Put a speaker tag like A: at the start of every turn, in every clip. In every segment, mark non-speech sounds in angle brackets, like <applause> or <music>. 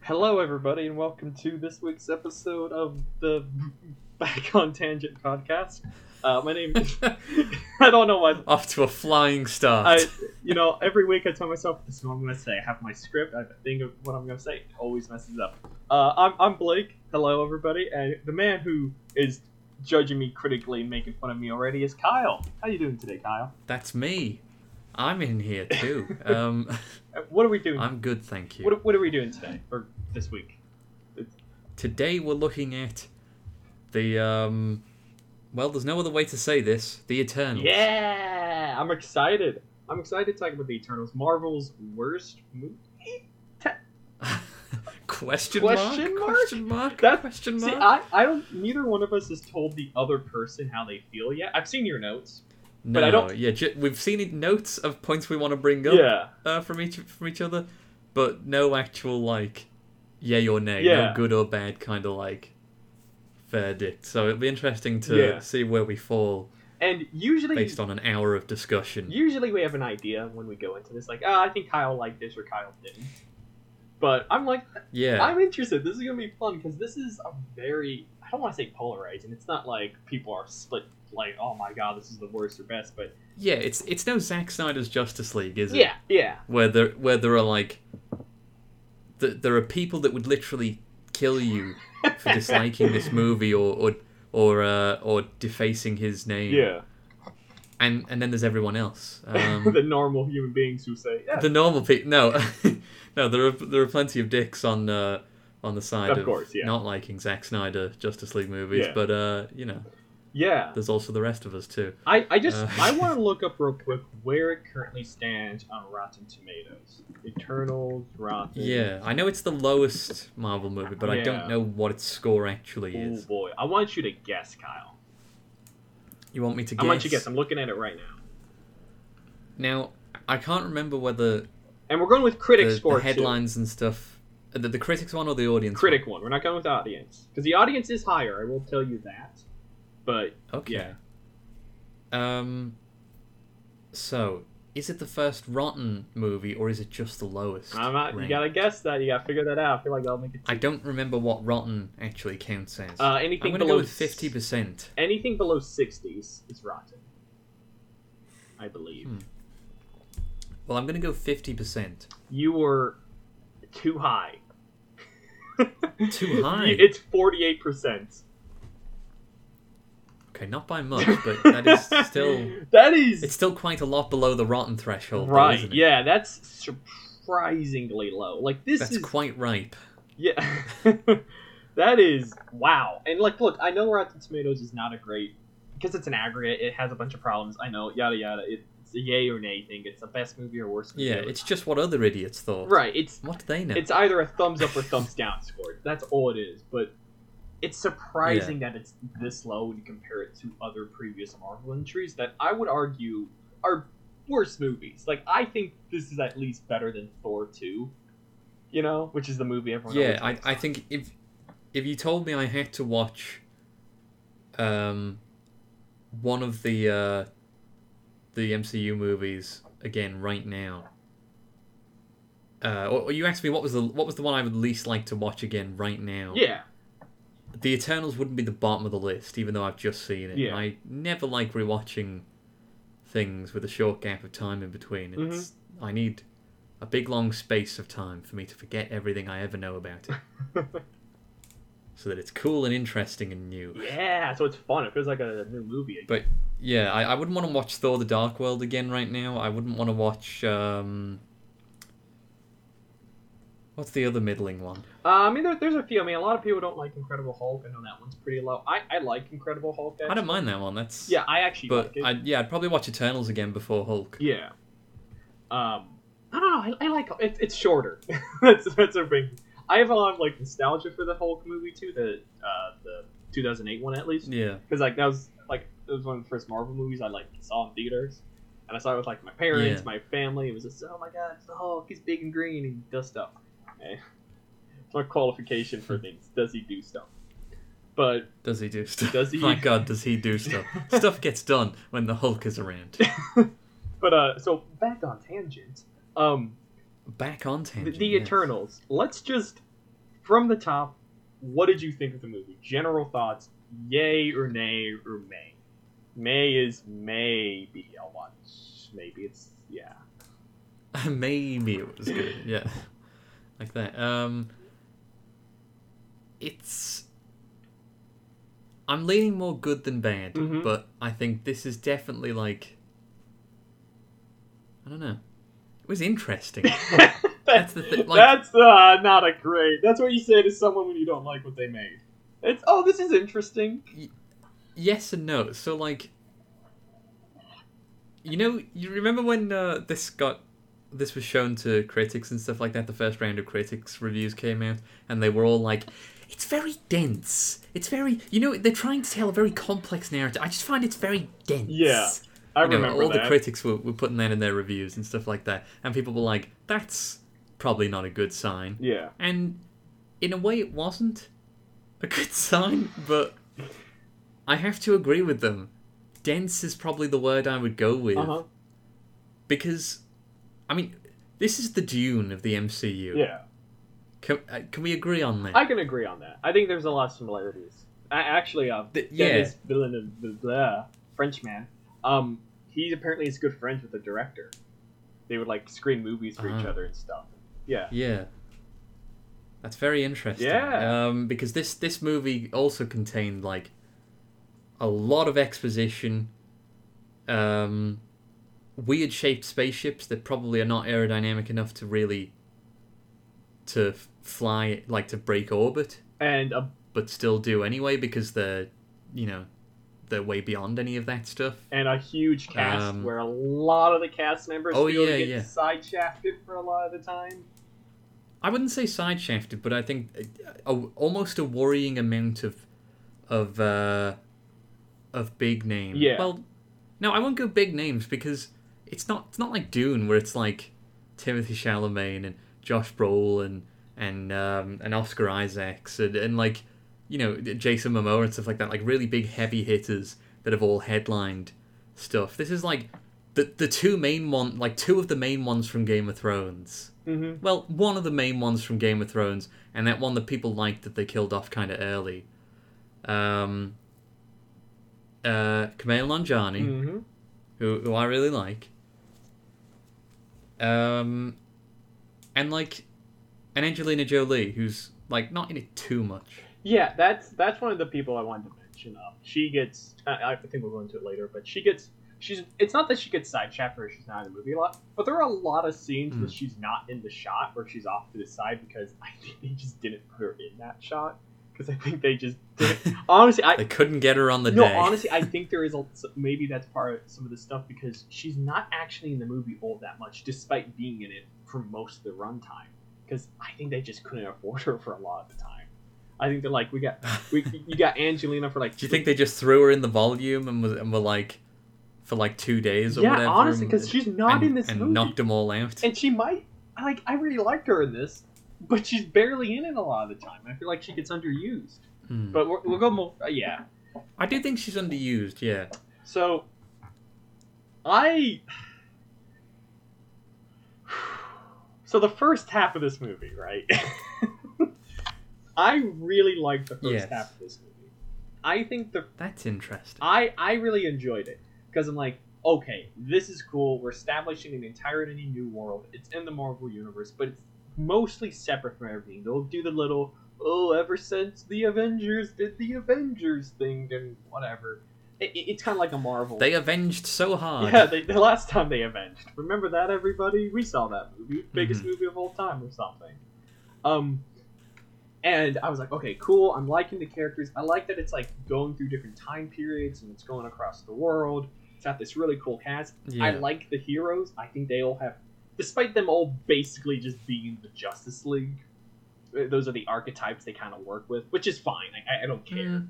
A: Hello, everybody, and welcome to this week's episode of the <laughs> Back on Tangent podcast. Uh, my name is. <laughs> I don't know why.
B: <laughs> Off to a flying start.
A: I, you know, every week I tell myself this is what I'm going to say. I have my script. I have a thing of what I'm going to say. It always messes up. Uh, I'm I'm Blake. Hello, everybody, and the man who is judging me critically and making fun of me already is Kyle. How you doing today, Kyle?
B: That's me. I'm in here
A: <laughs>
B: too. Um,
A: Uh, What are we doing?
B: I'm good, thank you.
A: What are- what are we doing today or this week?
B: Today we're looking at the um, well, there's no other way to say this. The Eternals.
A: Yeah, I'm excited. I'm excited to talk about the Eternals, Marvel's worst movie.
B: <laughs> Question,
A: Question mark?
B: mark? Question mark?
A: That-
B: Question
A: See,
B: mark?
A: I, I don't. Neither one of us has told the other person how they feel yet. I've seen your notes.
B: no,
A: I don't-
B: yeah, ju- we've seen it, notes of points we want to bring up
A: Yeah,
B: uh, from each from each other, but no actual like yay or nay,
A: Yeah.
B: no good or bad kind of like verdict. So it'll be interesting to
A: Yeah.
B: see where we fall
A: and usually,
B: based on an hour of discussion.
A: usually we have an idea when we go into this. Like, ah, I think Kyle liked this or Kyle didn't. But I'm like,
B: yeah,
A: I'm interested. This is gonna be fun because this is a very. I don't want to say polarizing. It's not like people are split. Like, oh my god, this is the worst or best. But
B: yeah. It's it's no Zack Snyder's Justice League, is it?
A: yeah, yeah,
B: Where there where there are like, th- there are people that would literally kill you
A: <laughs>
B: for disliking this movie or or or uh, or defacing his name.
A: yeah.
B: And and then there's everyone else. Um,
A: <laughs> the normal human beings who say, yeah,
B: the normal people. No, <laughs> no. There are there are plenty of dicks on uh, on the side
A: Of
B: of,
A: course, yeah.
B: not liking Zack Snyder Justice League movies,
A: Yeah.
B: but uh, you know,
A: yeah.
B: there's also the rest of us too.
A: I, I just
B: Uh.
A: I
B: <laughs>
A: want to look up real quick where it currently stands on Rotten Tomatoes. Eternals, Rotten.
B: Yeah, I know it's the lowest Marvel movie, but I
A: Yeah.
B: don't know what its score actually
A: Oh
B: is.
A: boy, I want you to guess, Kyle.
B: You want me to guess?
A: I want you to guess. I'm looking at it right now,
B: Now, I can't remember whether
A: and we're going with
B: the,
A: critic
B: the
A: score. too.
B: headlines and stuff, uh, the, the critics one or the audience.
A: critic one. We're not going with audience because the audience is higher. I will tell you that. But
B: One? Okay. Um. So, is it the first rotten movie or is it just the lowest?
A: I'm not. You
B: rank?
A: gotta guess that. You gotta figure that out. I feel like that'll make it.
B: I don't remember what rotten actually counts as.
A: Uh,
B: I'm
A: anything
B: gonna
A: below
B: go with fifty percent.
A: Anything below sixties is rotten. I believe
B: Hmm. Well, I'm gonna go fifty
A: <laughs>
B: percent.
A: you were too high. <laughs>
B: Too high.
A: It's forty eight percent.
B: Okay, not
A: <laughs>
B: by much, but that is still
A: that is
B: It's still quite a lot below the rotten threshold, though,
A: right.
B: isn't it?
A: Yeah, that's surprisingly low. Like this
B: That's
A: is
B: quite ripe.
A: yeah. <laughs> that is wow. And like, look, I know Rotten Tomatoes is not a great because it's an aggregate. It has a bunch of problems. I know, yada yada. It, it's a yay or nay thing. It's the best movie or worst movie.
B: Yeah,
A: ever.
B: it's just what other idiots thought.
A: right. It's
B: What do they know?
A: it's either a thumbs up or thumbs down score. That's all it is. But it's surprising that it's this low when you compare it to other previous Marvel entries that I would argue are worse movies. Like I think this is at least better than Thor two. You know, which is the movie everyone.
B: yeah, I,
A: always
B: I
A: likes.
B: think if if you told me I had to watch um one of the uh the MCU movies again right now. Uh, or, or you asked me what was the what was the one I would least like to watch again right now.
A: Yeah,
B: The Eternals wouldn't be the bottom of the list, even though I've just seen it.
A: Yeah.
B: I never like rewatching things with a short gap of time in between.
A: Mhm.
B: It's I need a big long space of time for me to forget everything I ever know
A: <laughs>
B: about it. so that it's cool and interesting and new.
A: yeah. So it's fun. It feels like a new movie.
B: But- Yeah, I, I wouldn't want to watch Thor the Dark World again right now. I wouldn't want to watch um What's the other middling one?
A: Uh, I mean, there, there's a few. I mean, a lot of people don't like Incredible Hulk. I know that one's pretty low. I, I like Incredible Hulk.
B: I don't
A: actually.
B: mind that one. That's
A: Yeah, I actually
B: But
A: like it.
B: I yeah, I'd probably watch Eternals again before Hulk.
A: Yeah. Um, I don't know. I, I like it, it's shorter. <laughs> that's that's a big. I have a lot of like nostalgia for the Hulk movie too. The uh, the 2008 one at least
B: Yeah.
A: because like that was like it was one of the first Marvel movies I like saw in theaters, and I saw it with like my parents,
B: Yeah.
A: my family. It was just oh my god, it's the Hulk. He's big and green and he does stuff. Eh. It's my qualification <laughs> for things. Does he do stuff? But
B: Does he do stuff? <laughs>
A: Does he?
B: My God, does he
A: <laughs>
B: do stuff? stuff gets done when the Hulk is around.
A: but uh, so back on tangent. Um,
B: Back on
A: the,
B: tangent.
A: the
B: yes.
A: Eternals. Let's just from the top, what did you think of the movie? General thoughts, yay or nay or may. May is maybe I'll watch. Maybe it's yeah.
B: <laughs> Maybe it was good. Yeah, like that. Um, it's. I'm leaning more good than bad,
A: Mhm.
B: but I think this is definitely like. I don't know. It was interesting. <laughs>
A: <laughs>
B: That's the thing. Like,
A: that's uh, not a great. That's what you say to someone when you don't like what they made. It's oh, this is interesting.
B: yes and no. So like, you know, you remember when uh, this got this was shown to critics and stuff like that. The first round of critics reviews came out, and they were all like, "It's very dense. It's very, you know, they're trying to tell a very complex narrative. I just find it's very dense."
A: Yeah, I
B: You know,
A: remember
B: all
A: that.
B: the critics were, were putting that in their reviews and stuff like that, and people were like, "That's probably not a good sign."
A: yeah,
B: And in a way, it wasn't a good <laughs> sign, but I have to agree with them. Dense is probably the word I would go with.
A: uh huh,
B: Because, I mean, this is the Dune of the MCU.
A: yeah.
B: Can, uh, can we agree on that?
A: I can agree on that. I think there's a lot of similarities. I actually, uh,
B: Th- yeah.
A: Dennis Villeneuve, blah, blah, Frenchman, uh, um, he apparently is good friends with the director. They would like screen movies for each
B: Ah.
A: other and stuff. Yeah,
B: Yeah. That's very interesting.
A: Yeah.
B: Um, because this this movie also contained like a lot of exposition, um, weird shaped spaceships that probably are not aerodynamic enough to really to f- fly like to break orbit,
A: and a
B: but still do anyway because they're you know they're way beyond any of that stuff.
A: and a huge cast
B: Um,
A: where a lot of the cast members
B: Oh,
A: feel
B: yeah,
A: they get
B: yeah.
A: side shafted for a lot of the time.
B: I wouldn't say side shafted, but I think uh, a, a- almost a worrying amount of of uh, of big name.
A: Yeah.
B: Well, no, I won't go big names because it's not it's not like Dune where it's like Timothy Chalamet and Josh Brolin and and um, and Oscar Isaacs and, and like you know uh, Jason Momoa and stuff like that. Like really big heavy hitters that have all headlined stuff. This is like the the two main one like two of the main ones from Game of Thrones.
A: Mm-hmm.
B: Well, one of the main ones from Game of Thrones, and that one that people liked that they killed off kind of early. Um, uh, Kumail Nanjiani,
A: Mm-hmm.
B: who, who I really like. Um, and like, and Angelina Jolie, who's like not in it too much.
A: <laughs> Yeah, that's that's one of the people I wanted to mention. Um, she gets. I, I think we'll go into it later, but she gets. She's. It's not that she gets side chat or she's not in the movie a lot, but there are a lot of scenes that
B: Mm.
A: she's not in the shot or she's off to the side because <laughs> I think they just didn't put her in that shot because I think they just didn't. honestly, I
B: They couldn't get her on the
A: no
B: day.
A: honestly
B: <laughs>
A: I think there is a, maybe that's part of some of the stuff because she's not actually in the movie all that much despite being in it for most of the runtime because I think they just couldn't afford her for a lot of the time. I think they're like we got we, you got Angelina for like.
B: Do you think they just threw her in the volume and was and were like, for like two days or
A: Yeah,
B: whatever?
A: honestly,
B: and-
A: because she's not
B: and-
A: in this
B: and
A: movie,
B: knocked them all out.
A: and she might like. I really liked her in this, but she's barely in it a lot of the time. I feel like she gets underused.
B: Hmm.
A: But we're, we'll go more. Uh, yeah.
B: I do think she's underused. Yeah.
A: So, I. <sighs> So the first half of this movie, right? <laughs> I really liked the first
B: Yes.
A: half of this movie. I think the
B: That's interesting.
A: I I really enjoyed it because I'm like, okay, this is cool. We're establishing an entirely new world. It's in the Marvel universe, but it's mostly separate from everything. They'll do the little oh, ever since the Avengers did the Avengers thing and whatever. It, it- it's kind of like a Marvel.
B: They avenged so hard.
A: yeah, they, the last time they avenged. Remember that, everybody? We saw that movie, biggest
B: Mhm.
A: movie of all time, or something. Um, and I was like, okay, cool. I'm liking the characters. I like that it's like going through different time periods and it's going across the world. It's got this really cool cast.
B: yeah.
A: I like the heroes. I think they all have, despite them all basically just being the Justice League. uh, Those are the archetypes they kind of work with, which is fine. I, I don't care.
B: Mm.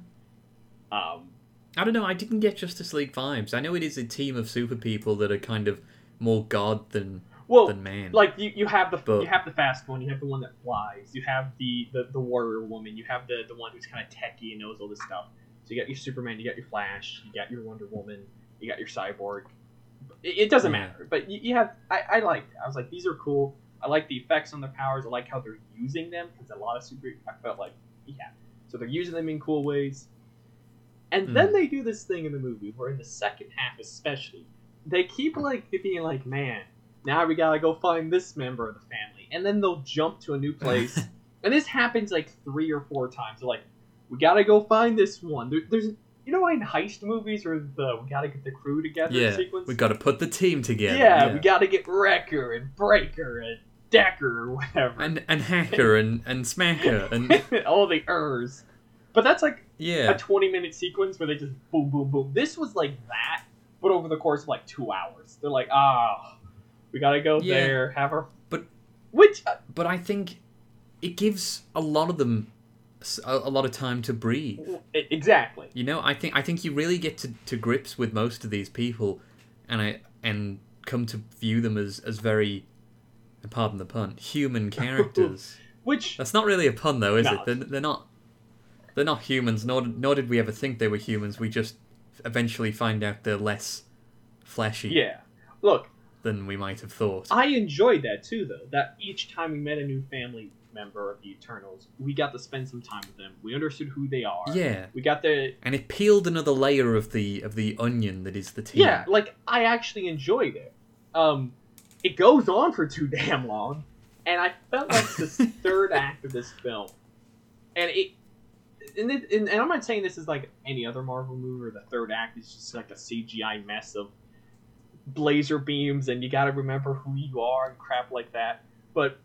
A: Um,
B: I don't know. I didn't get Justice League vibes. I know it is a team of super people that are kind of more god than
A: well,
B: than man.
A: Oh, like you, you have the
B: But-
A: you have the fast one, you have the one that flies, you have the the, the warrior woman, you have the the one who's kind of techie and knows all this stuff. So you got your Superman, you got your Flash, you got your Wonder Woman, you got your Cyborg. It, it doesn't
B: Yeah.
A: matter, but you, you have I I liked it. I was like these are cool. I like the effects on their powers. I like how they're using them because a lot of super. I felt like yeah, so they're using them in cool ways. And
B: Mm.
A: then they do this thing in the movie where in the second half especially, they keep like being like, man, now we gotta go find this member of the family, and then they'll jump to a new
B: <laughs>
A: place. and this happens like three or four times. They're like, we gotta go find this one. There, there's you know in heist movies where the we gotta get the crew together
B: yeah,
A: sequence.
B: we got to put the team
A: yeah,
B: together.
A: we gotta get Wrecker and Breaker and Decker or whatever.
B: and and hacker and and smacker
A: <laughs>
B: and
A: All the ers. But that's like a
B: yeah,
A: 20 minute sequence where they just boom, boom, boom. This was like that, but over the course of like two hours. They're like, ah, we gotta go
B: Yeah.
A: there, have our.
B: But-
A: Which, uh,
B: but I think it gives a lot of them s- a, a lot of time to breathe.
A: e- exactly.
B: You know, I think I think you really get to, to grips with most of these people, and I and come to view them as as very, pardon the
A: <laughs>
B: pun, human characters.
A: Which,
B: That's not really a pun though, is
A: No.
B: it? They're, they're not. They're not humans. Nor nor did we ever think they were humans. We just eventually find out they're less fleshy
A: yeah. Look,
B: than we might have thought.
A: I enjoyed that too, though. That each time we met a new family member of the Eternals, we got to spend some time with them. We understood who they are.
B: yeah,
A: We got to
B: and it peeled another layer of the of the onion that is the team.
A: yeah like i actually enjoyed it um it goes on for too damn long and i felt like
B: <laughs>
A: the third act of this film and it and, it, and, and i'm not saying this is like any other marvel movie where the third act is just like a cgi mess of blazer beams and you gotta remember who you are and crap like that but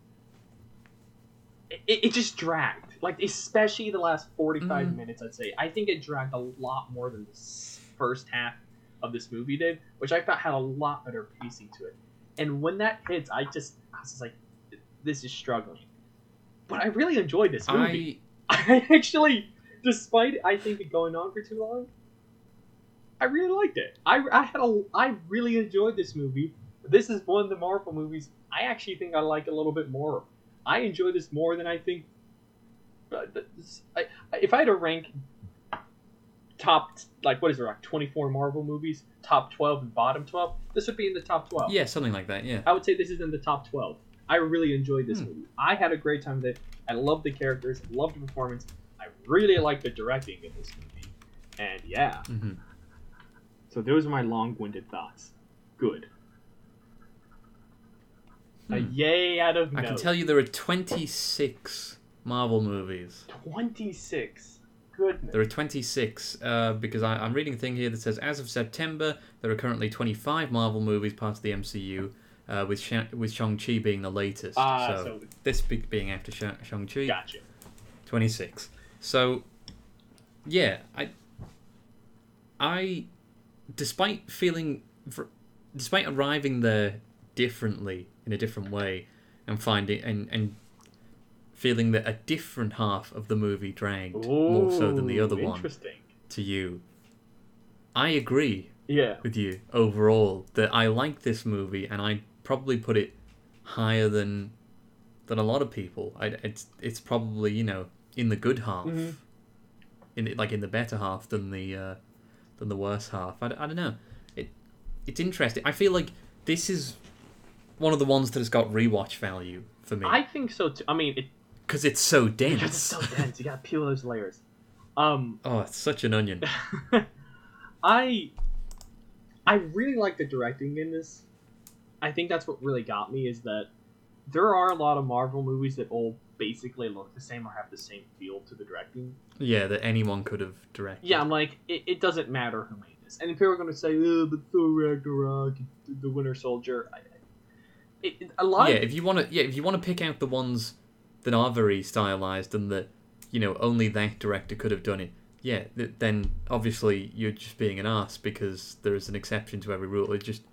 A: it, it just dragged like especially the last 45
B: Mhm.
A: minutes i'd say i think it dragged a lot more than the s- first half of this movie did which i thought had a lot better pacing to it and when that hits i just i was just like this is struggling but i really enjoyed this movie
B: I
A: <laughs> I actually, despite I think it going on for too long, I really liked it. I, I had a I really enjoyed this movie. This is one of the Marvel movies I actually think I like a little bit more. I enjoy this more than I think. uh, this- I- If I had to rank top like what is there like twenty four Marvel movies, top twelve and bottom twelve, this would be in the top twelve.
B: yeah something like that. Yeah.
A: I would say this is in the top 12. I really enjoyed this
B: Hmm.
A: movie. I had a great time with it. I loved the characters, I loved the performance. I really liked the directing in this movie. And yeah,
B: hmm
A: so those are my long winded thoughts. Good. A
B: Hmm.
A: yay out of no.
B: I can tell you there are twenty six Marvel movies.
A: 26. Goodness.
B: There are 26 uh, because I, I'm reading a thing here that says as of September there are currently 25 Marvel movies part of the MCU, uh, with Shang- with Shang Chi being the latest.
A: Ah,
B: so,
A: so,
B: this be- being after Shang Chi,
A: gotcha.
B: 26. So yeah, I I despite feeling fr- despite arriving there differently in a different way and finding and and feeling that a different half of the movie dragged more so than the
A: Ooh,
B: other one
A: Interesting.
B: to you. I agree
A: Yeah.
B: with you overall that I like this movie and I probably put it higher than than a lot of people. I, it's it's probably you know in the good half,
A: Mhm.
B: in like in the better half than the uh, than the worse half. I, don't know. It it's interesting. I feel like this is one of the ones that has got rewatch value for me
A: I think so too. I mean, it,
B: because it's so dense.
A: because <laughs> it's so dense. You gotta peel those layers. Um,
B: <laughs> oh, it's such an onion.
A: <laughs> I I really like the directing in this. I think that's what really got me is that there are a lot of Marvel movies that all basically look the same or have the same feel to the directing.
B: yeah, that anyone could have directed.
A: Yeah, I'm like, it, it doesn't matter who made this. And people are going to say, oh, but Thor Ragnarok, The Winter Soldier. I, I- it, it- a lot
B: yeah,
A: of.
B: if you want to, yeah, if you want to pick out the ones that are very stylized and that you know only that director could have done it, yeah, th- then obviously you're just being an ass because there is an exception to every rule. It just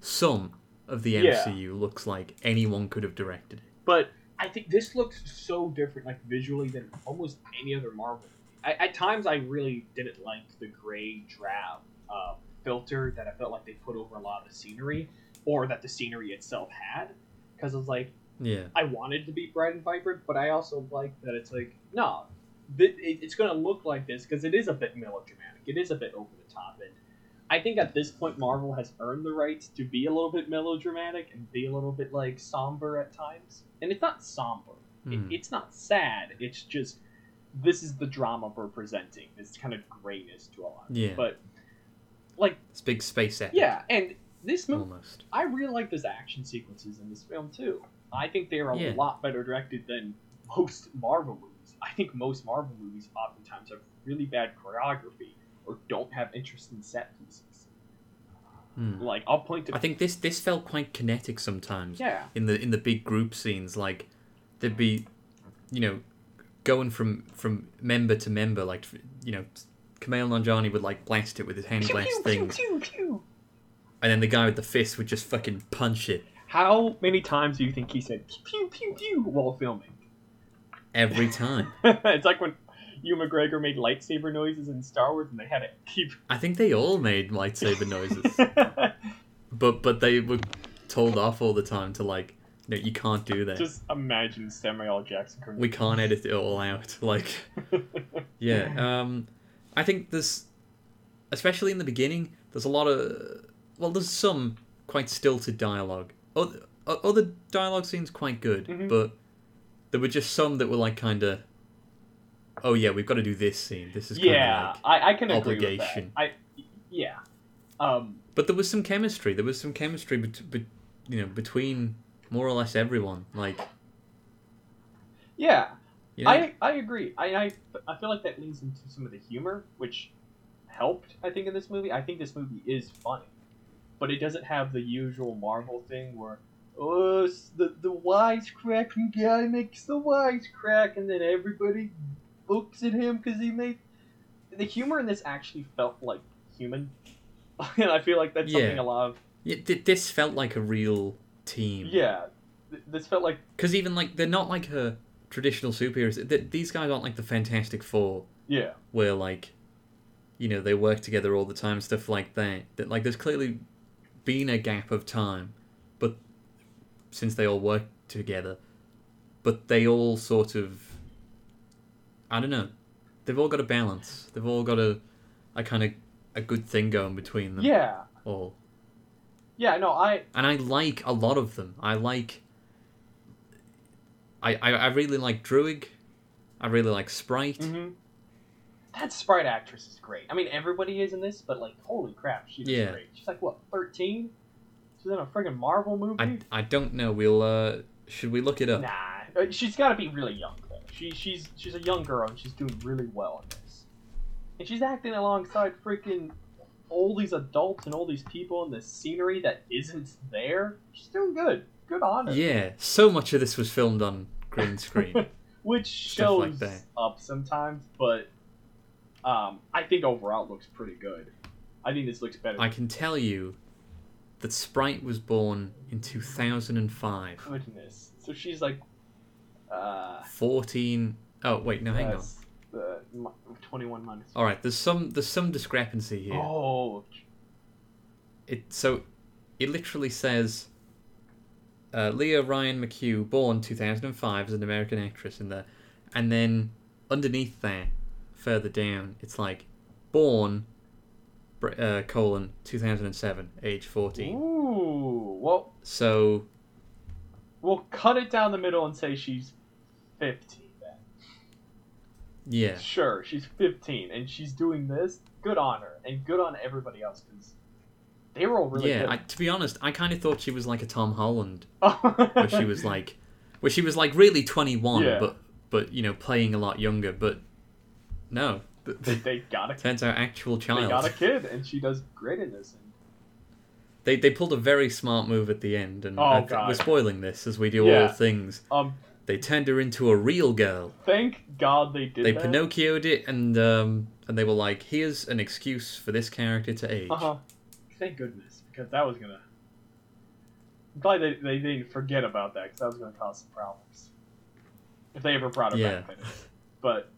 B: some of the
A: Yeah.
B: MCU looks like anyone could have directed it.
A: But I think this looks so different, like visually, than almost any other Marvel. I, at times, I really didn't like the gray drab uh, filter that I felt like they put over a lot of the scenery, or that the scenery itself had, because I was like,
B: Yeah,
A: I wanted to be bright and vibrant, but I also like that it's like no, th- it- it's going to look like this because it is a bit melodramatic. It is a bit over the top, and I think at this point Marvel has earned the right to be a little bit melodramatic and be a little bit like somber at times. And it's not somber.
B: Hmm.
A: It, it's not sad. It's just this is the drama we're presenting. This kind of grayness to a lot. of it.
B: Yeah.
A: But like
B: It's big space epic.
A: yeah, and this movie
B: Almost.
A: I really like those action sequences in this film too. I think they are a
B: Yeah.
A: lot better directed than most Marvel movies. I think most Marvel movies oftentimes have really bad choreography or don't have interesting set pieces.
B: Hmm.
A: Like I'll point to
B: I think this this felt quite kinetic sometimes.
A: yeah,
B: in the in the big group scenes like there'd be you know going from from member to member like you know Kamal Nanjani would like blast it with his hand
A: Pew,
B: blast
A: pew, pew,
B: things
A: pew, pew.
B: and then the guy with the fist would just fucking punch it
A: How many times do you think he said pew pew pew while filming? <laughs>
B: every time
A: it's like when Hugh McGregor made lightsaber noises in Star Wars and they had to
B: <laughs>
A: keep <laughs>
B: I think they all made lightsaber noises but but they were told off all the time to like no you can't do that
A: just imagine Samuel L. Jackson coming
B: we can't edit it all out <laughs>
A: <laughs>
B: like yeah um i think there's especially in the beginning there's a lot of well there's some quite stilted dialogue other, o- other dialogue seems quite good
A: Mhm.
B: but there were just some that were like kind of oh yeah we've got to do this scene this is kind of
A: yeah,
B: like
A: I, I can agree
B: obligation.
A: with that. I yeah. Um
B: but there was some chemistry there was some chemistry bet- bet- you know between more or less everyone like
A: yeah,
B: you know
A: I I agree. I, I I feel like that leans into some of the humor which helped I think in this movie. I think this movie is funny. But it doesn't have the usual Marvel thing where oh s- the the wisecracking guy makes the wisecrack and then everybody looks at him cuz he made the humor in this actually felt like human. <laughs> and I feel like that's
B: Yeah.
A: something a lot of
B: yeah, th- this felt like a real team
A: Yeah, th- this felt like
B: Because even like they're not like her traditional superheroes. Th these guys aren't like the Fantastic Four,
A: yeah,
B: where like, you know, they work together all the time, stuff like that. That like, there's clearly been a gap of time, but since they all work together, but they all sort of, I don't know, they've all got a balance. They've all got a, a kind of a good thing going between them.
A: yeah,
B: All
A: yeah. No, I
B: and I like a lot of them. I like. I I, I really like Druig. I really like Sprite.
A: mhm. that sprite actress is great. I mean, everybody is in this, but like, holy crap, she's
B: Yeah.
A: great. She's like what thirteen? She's in a friggin' Marvel movie.
B: I I don't know. We'll uh. Should we look it up?
A: Nah, Uh, she's got to be really young though. She she's she's a young girl and she's doing really well in this, and she's acting alongside freaking all these adults and all these people in the scenery that isn't there. She's doing good. Good on her.
B: Yeah. So much of this was filmed on green screen.
A: <laughs> which
B: Stuff like
A: shows
B: that.
A: up sometimes, but um, I think overall it looks pretty good. I think this looks better.
B: I can tell you that Sprite was born in
A: Oh,
B: 2005.
A: Goodness, so she's like, uh,
B: 14 Oh, wait, no, hang on.
A: that's the mi- twenty-one minus.
B: All right, there's some there's some discrepancy here.
A: Oh,
B: it so it literally says uh, Leah Ryan McHugh, born 2005, as an American actress in there, and then underneath there, further down, it's like born br- uh, colon 2007, age 14.
A: ooh. Well,
B: So
A: we'll cut it down the middle and say she's fifteen. Then
B: yeah,
A: sure, she's fifteen and she's doing this. Good on her and good on everybody else because they were all really
B: yeah. I,
A: good.
B: to be honest, I kind of thought she was like a Tom Holland,
A: <laughs> I...
B: where she was like, where she was like really 21,
A: Yeah.
B: but but you know playing a lot younger. But no, <laughs>
A: they, they got a
B: turns out actual child.
A: They got a kid, and she does great in this.
B: They, they pulled a very smart move at the end, and
A: Oh,
B: I th-
A: God.
B: we're spoiling this as we do all
A: Yeah.
B: things.
A: Um,
B: They turned her into a real girl.
A: thank God they did
B: They
A: that.
B: Pinocchioed it, and um, and they were like, "Here's an excuse for this character to age."
A: Uh huh. Thank goodness, because that was gonna. I'm glad they, they didn't forget about that, because that was gonna cause some problems. If they ever brought it
B: Yeah.
A: back, later. but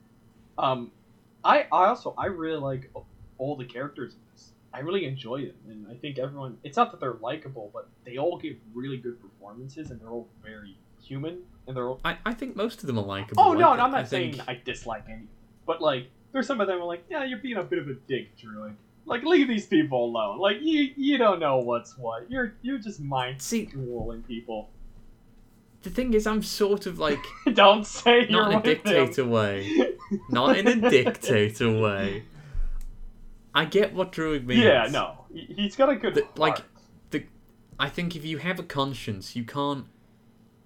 A: um, I I also I really like all the characters in this. I really enjoy them, and I think everyone. It's not that they're likable, but they all give really good performances, and they're all very human, and they're all
B: I, I think most of them are likable.
A: Oh no,
B: Like,
A: no, I'm
B: I
A: not saying
B: think-
A: I dislike any, but like there's some of them are like, yeah, you're being a bit of a dick, Drew. Like, Like, leave these people alone. Like, you you don't know what's what. You're you're just mind
B: See-
A: controlling people. <laughs>
B: The thing is, I'm sort of like
A: don't say <laughs> you're
B: not in a
A: with them.
B: dictator way, not in
A: <laughs>
B: a dictator way. I get what Druid means.
A: Yeah, no, He- he's got a good
B: The- like-
A: heart.
B: I think if you have a conscience, you can't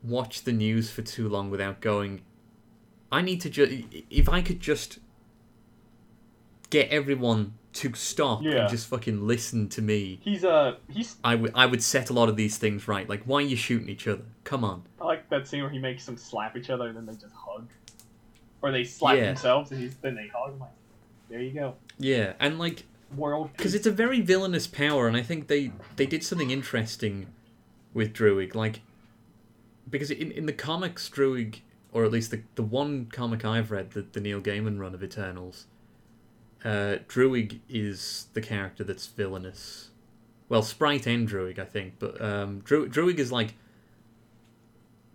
B: watch the news for too long without going. I need to just. If I could just get everyone to stop
A: Yeah.
B: and just fucking listen to me,
A: He's uh he's
B: I would I would set a lot of these things right. Like, why are you shooting each other? Come on.
A: I like that scene where he makes them slap each other and then they just hug, or they slap
B: Yeah.
A: themselves and he's, then they hug. I'm like, there you go,
B: Yeah, and like
A: world.
B: because it's a very villainous power, and I think they they did something interesting with Druig, like because in in the comics, Druig, or at least the the one comic I've read, the the Neil Gaiman run of Eternals, uh, Druig is the character that's villainous. Well, Sprite and Druig, I think, but um, Dru- Druig is like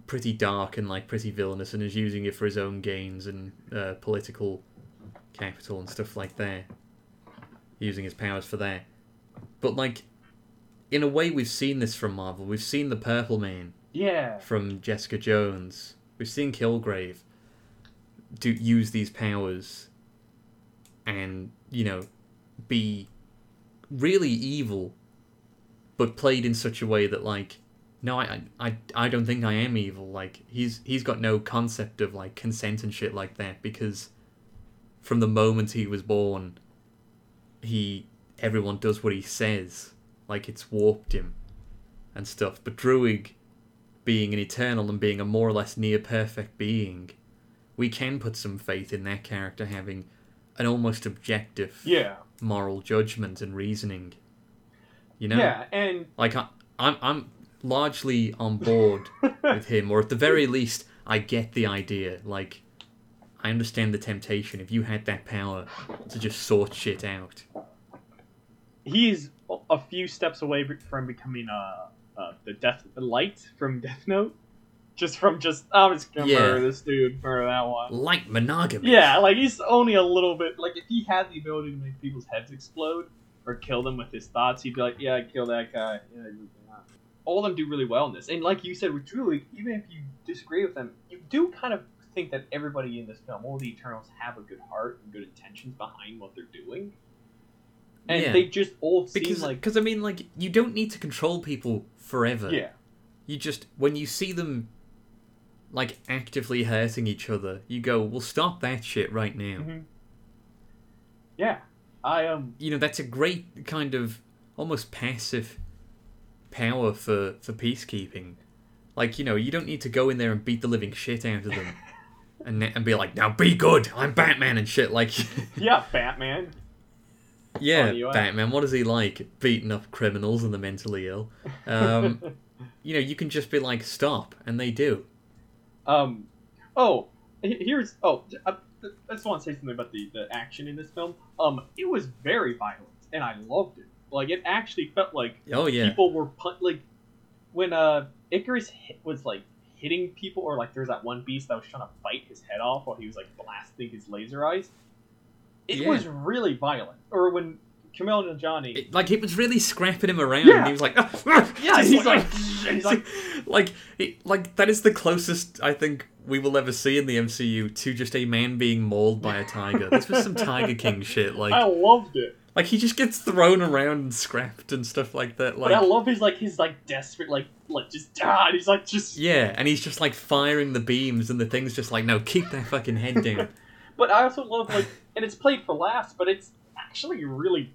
B: pretty dark and like pretty villainous, and is using it for his own gains and uh, political capital and stuff like that using his powers for that. But like, in a way, we've seen this from Marvel. We've seen the Purple Man
A: yeah,
B: from Jessica Jones. We've seen Kilgrave do use these powers, and you know, be really evil, but played in such a way that like. No, I, I, I- I don't think I am evil. Like he's he's got no concept of like consent and shit like that because from the moment he was born, he everyone does what he says like it's warped him and stuff but druig being an eternal and being a more or less near perfect being we can put some faith in that character having an almost objective
A: yeah,
B: moral judgment and reasoning you know
A: yeah, and <laughs>
B: like I, I'm, I'm largely on board with him, or at the very least, I get the idea. Like, I understand the temptation. If you had that power to just sort shit out,
A: he is a few steps away be- from becoming uh, uh the death light from Death Note, just from just I'm just gonna
B: Yeah.
A: murder this dude, murder that one.
B: like monogamy.
A: <laughs> Yeah, like he's only a little bit like if he had the ability to make people's heads explode or kill them with his thoughts, he'd be like, yeah, kill that guy. Yeah, move on. All of them do really well in this, and like you said with Julie, even if you disagree with them, you do kind of think that everybody in this film, all the Eternals, have a good heart and good intentions behind what they're doing, and
B: Yeah.
A: they just all seem
B: because
A: like
B: cause, I mean, like, you don't need to control people forever.
A: yeah,
B: You just when you see them. Like actively hurting each other, you go, "Well, stop that shit right now."
A: mhm. yeah. I um
B: you know that's a great kind of almost passive power for for peacekeeping like you know you don't need to go in there and beat the living shit out of them and and be like now be good i'm batman and shit like <laughs>
A: yeah Batman.
B: yeah
A: Oh, you are.
B: batman what is he like beating up criminals and the mentally ill um you know you can just be like stop and they do
A: Um, oh, he- here's oh, j- I, I just want to say something about the the action in this film. Um, it was very violent, and I loved it. Like it actually felt like
B: oh yeah
A: people were pun- like when uh Icarus hit, was like hitting people, or like there's that one beast that was trying to bite his head off while he was like blasting his laser eyes. It
B: Yeah.
A: was really violent. Or when Camille and Johnny,
B: it, like it was really scrapping him around
A: Yeah.
B: and he was like
A: <laughs>
B: <laughs>
A: yeah,
B: just
A: he's like, <laughs> he's like,
B: <laughs> like, he- like that is the closest I think we will ever see in the MCU to just a man being mauled by a tiger. This was some
A: <laughs>
B: Tiger King shit. Like,
A: I loved it.
B: like he just gets thrown around and scrapped and stuff like that. Like,
A: but I love his like his like desperate like like just ah, and he's like just
B: yeah, and he's just like firing the beams, and the thing's just like, no, keep that fucking head down.
A: <laughs> But I also love like, and it's played for laughs, but it's actually really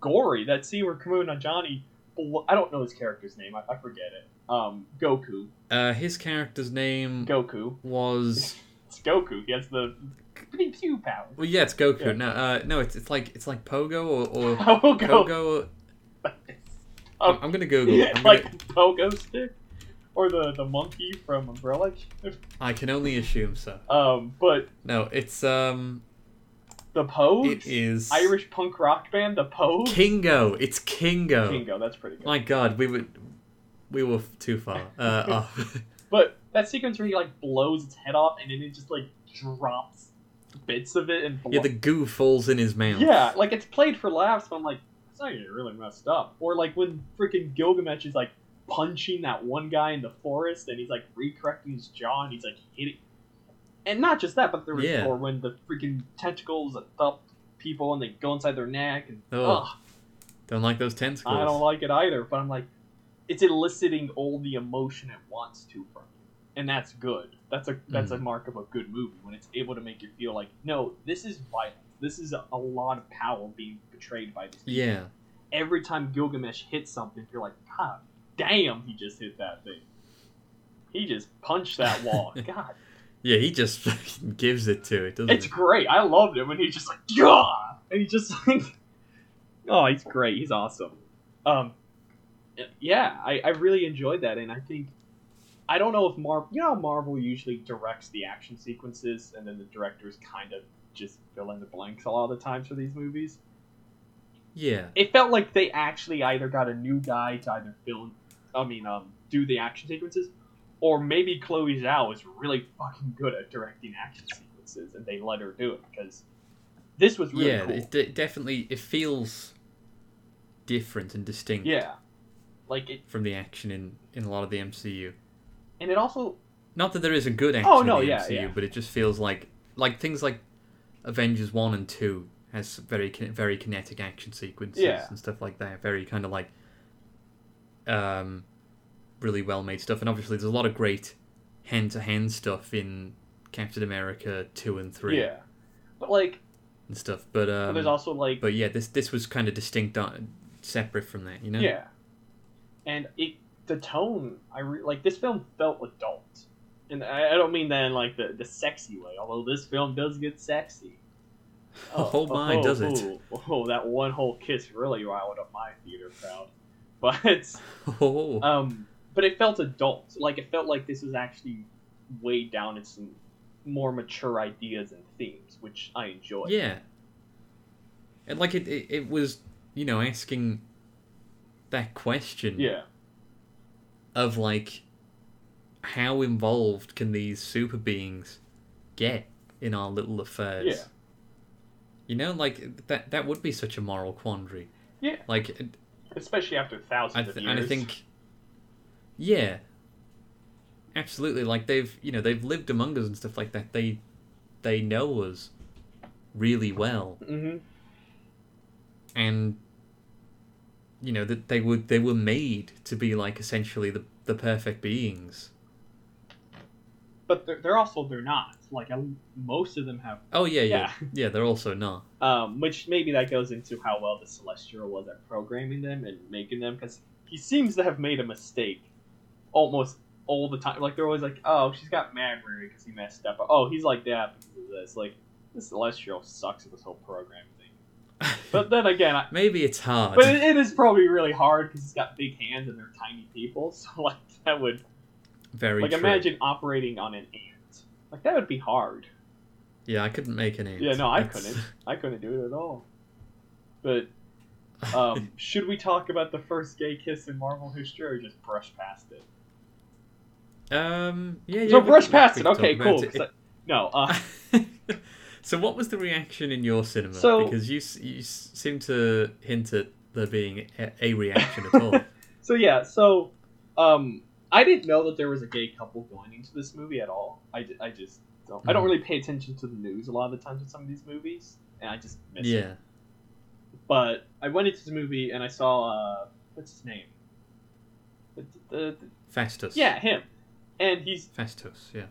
A: gory. That scene where Kamui Nanjiani, bl- I don't know his character's name, I, I forget it. Um, Goku,
B: uh, his character's name
A: Goku,
B: was
A: it's Goku. He has the pew pew power. <laughs>
B: well, yeah, it's Goku.
A: Yeah.
B: No, uh, no, it's it's like it's like Pogo or, or
A: Pogo, <laughs>
B: Kogo. Or...
A: Oh.
B: I'm, I'm gonna Google. it. I'm gonna-
A: Um, like pogo stick, or the the monkey from Umbrella.
B: I can only assume so.
A: um, but
B: No, it's um,
A: the Pose,
B: it is
A: Irish punk rock band, the Pose.
B: Kingo. It's Kingo.
A: Kingo, that's pretty good.
B: My God, we were we were too
A: <laughs>
B: far. Uh, <laughs> off.
A: But that sequence where he like blows its head off and then it just like drops bits of it and
B: yeah, the goo falls in his mouth.
A: yeah, like it's played for laughs. But I'm like, it's not even really messed up. Or like when freaking Gilgamesh is like punching that one guy in the forest and he's like recorrecting his jaw and he's like hit it. And not just that, but there was
B: Yeah.
A: or when the freaking tentacles up people and they go inside their neck and
B: Ugh.
A: ugh,
B: Don't like those tentacles.
A: I don't like it either. But I'm like, it's eliciting all the emotion it wants to from you, and that's good. That's a that's a mark of a good movie when it's able to make you feel like, no, this is violence. This is a, a lot of power being betrayed by this.
B: Yeah.
A: Every time Gilgamesh hits something, you're like, God damn, he just hit that thing. He just punched that wall. God,
B: Yeah, he just <laughs> fucking gives it to it, doesn't
A: it's
B: he?
A: great. I loved him, and he's just like, yeah, and he's just <laughs> like, oh, he's great. He's awesome. Um, yeah, I, I really enjoyed that, and I think I don't know if Marvel, you know, how Marvel usually directs the action sequences, and then the directors kind of just fill in the blanks a lot of the times for these movies.
B: Yeah.
A: It felt like they actually either got a new guy to either fill, I mean, um, do the action sequences, or maybe Chloe Zhao is really fucking good at directing action sequences, and they let her do it because this was really
B: yeah,
A: cool.
B: it de- definitely it feels different and distinct
A: Yeah, like it,
B: from the action in, in a lot of the MCU.
A: and it also
B: Not that there isn't good action
A: Oh, no,
B: in the
A: yeah,
B: MCU,
A: yeah.
B: but it just feels like like things like Avengers one and two has very kin- very kinetic action sequences
A: Yeah.
B: and stuff like that. Very kind of like um, really well made stuff. And obviously, there's a lot of great hand to hand stuff in Captain America two and three
A: yeah, but like
B: and stuff. But
A: but
B: um,
A: there's also like
B: but yeah, this this was kind of distinct, on, separate from that, you know.
A: yeah, and it the tone I re- like this film felt adult, and I, I don't mean that in like the the sexy way. Although this film does get sexy.
B: <laughs> Oh my, does it.
A: Oh, oh, that one whole kiss really riled up my theater crowd. <laughs> But
B: <laughs> Oh,
A: um, but it felt adult. Like it felt like this was actually weighed down in some more mature ideas and themes, which I enjoyed.
B: yeah. And like it, it, it was, you know, asking that question
A: Yeah.
B: of like, how involved can these super beings get in our little affairs?
A: Yeah.
B: You know, like that that would be such a moral quandary.
A: Yeah.
B: Like,
A: Especially after
B: I
A: thousands
B: th-
A: of
B: and
A: years.
B: I think, yeah, absolutely. Like they've you know they've lived among us and stuff like that. They they know us really well,
A: hmm
B: and you know that they were they were made to be like essentially the the perfect beings.
A: But they're, they're also they're not. Like I, most of them have,
B: Oh yeah, yeah, yeah. they're also
A: <laughs>
B: not. <laughs>
A: um, which maybe that goes into how well the Celestial was at programming them and making them, because he seems to have made a mistake almost all the time. Like they're always like, oh, she's got mad Mary because he messed up. Oh, he's like that because of this. Like the Celestial sucks at this whole program thing. But then again, I,
B: Maybe it's hard.
A: but it, it is probably really hard because he's got big hands and they're tiny people. <laughs> So like that would
B: Very
A: like
B: true.
A: imagine operating on an ant. Like that would be hard.
B: Yeah, I couldn't make an ant.
A: Yeah, no, I
B: That's-
A: couldn't. I couldn't do it at all. But um, should we talk about the first gay kiss in Marvel history, or just brush past it?
B: <laughs> Um. Yeah. yeah
A: so
B: we
A: brush
B: can-
A: past
B: we
A: it.
B: can talk
A: Okay,
B: about
A: cool.
B: it. <laughs>
A: 'cause I- no, uh,
B: so what was the reaction in your cinema?
A: So-
B: because you s- you s- seem to hint at there being a, a reaction
A: <laughs>
B: at all.
A: so yeah, so um, I didn't know that there was a gay couple going into this movie at all. I, ju- I just don't. I don't
B: Mhm.
A: really pay attention to the news a lot of the times with some of these movies, and I just miss it.
B: yeah.
A: But I went into the movie and I saw uh, what's his name? The- the- the-
B: Festus.
A: yeah, him, and he's
B: Festus. Yeah.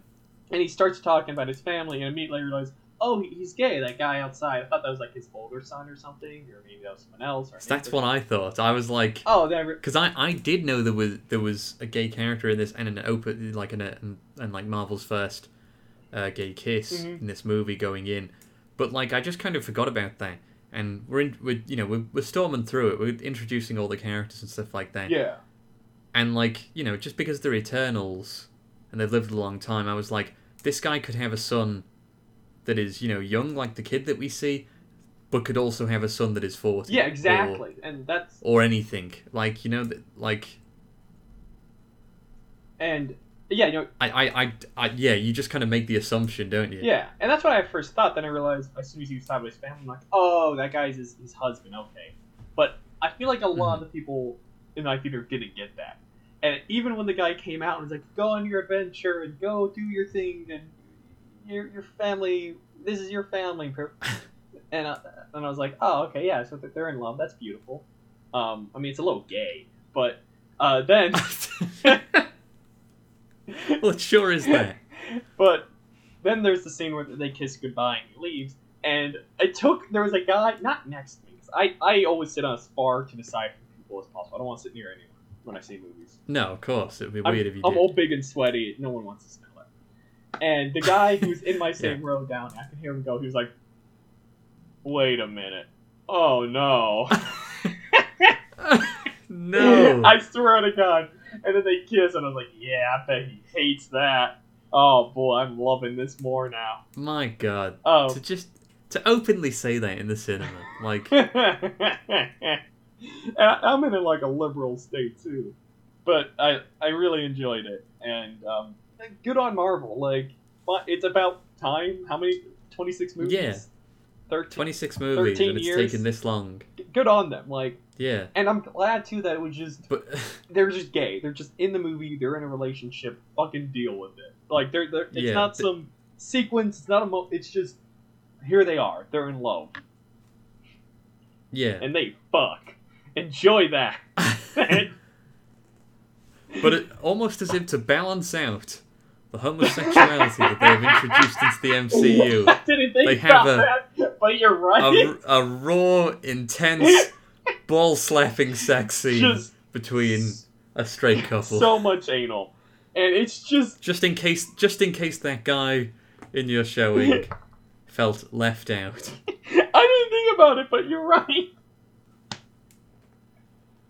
A: and he starts talking about his family and immediately realizes oh he- he's gay that guy outside i thought that was like his older son or something or maybe that was someone else or
B: So that's
A: his-
B: what I thought. I was like,
A: oh that re-
B: because I, I did know there was there was a gay character in this and an open like an and, and like Marvel's first uh, gay kiss
A: Mhm.
B: in this movie going in, but like I just kind of forgot about that. And we're in, we're you know we're, we're storming through it. We're introducing all the characters and stuff like that.
A: yeah
B: And like, you know, just because they're Eternals and they've lived a long time, I was like, this guy could have a son that is, you know, young like the kid that we see, but could also have a son that is forty.
A: yeah
B: or-
A: exactly and that's
B: Or, anything. Like, you know, th- like
A: and yeah you know
B: I, I, I, I, yeah, you just kind of make the assumption, don't you?
A: yeah and that's what i first thought then i realized as soon as he was talking about his family i'm like oh that guy's his, his husband okay but I feel like a lot of the people in my theater didn't get that. And even when the guy came out and was like, "Go on your adventure and go do your thing and your your family, this is your family," and I, and I was like, "Oh, okay, yeah, so that they're in love. That's beautiful." Um, I mean, it's a little gay, but uh, then,
B: <laughs> well, it sure
A: <laughs>
B: is that.
A: but then there's the scene where they kiss goodbye and he leaves. And it took there was a guy not next to me 'cause I I always sit on as far to the side from people as possible. I don't want to sit near anyone when I see movies.
B: No, of course. It would be
A: I'm,
B: weird if you
A: I'm
B: did.
A: all big and sweaty. No one wants to smell it. And the
B: <laughs>
A: guy who's in my same row down, I can hear him go. He was like, "Wait a minute! Oh
B: <laughs>
A: no!" <laughs>
B: no.
A: I swear to God. And then they kiss, and I was like, "Yeah, I bet he hates that." Oh boy, I'm loving this more now.
B: My God.
A: Oh,
B: To just to openly say that in the cinema,
A: <laughs>
B: like
A: and I- I'm in a, like a liberal state too, but I I really enjoyed it, and um, good on Marvel. Like, but it's about time. How many? Twenty six movies.
B: Yeah.
A: Thirteen.
B: 26 movies and
A: 13
B: it's
A: years.
B: taken this long.
A: Good on them. Like,
B: Yeah,
A: and I'm glad too that it was just
B: but <laughs>
A: they're just gay. They're just in the movie. They're in a relationship. Fucking deal with it. Like, they're, they're it's
B: Yeah,
A: not
B: th-
A: some sequence. It's not a. Mo- it's just here they are. They're in love,
B: yeah,
A: and they fuck. Enjoy that. <laughs>
B: <laughs> but it, almost as if to balance out the homosexuality that they have introduced into the
A: <laughs>
B: MCU.
A: I didn't think
B: They
A: about
B: have a-
A: that, <laughs> but you're right.
B: a, a raw,
A: <laughs>
B: intense, ball slapping sex scene
A: Just
B: between a straight couple.
A: so much anal, and it's just
B: just in case, just in case that guy in
A: <laughs>
B: your showing felt left out.
A: I didn't think about it, but you're
B: <laughs>
A: right.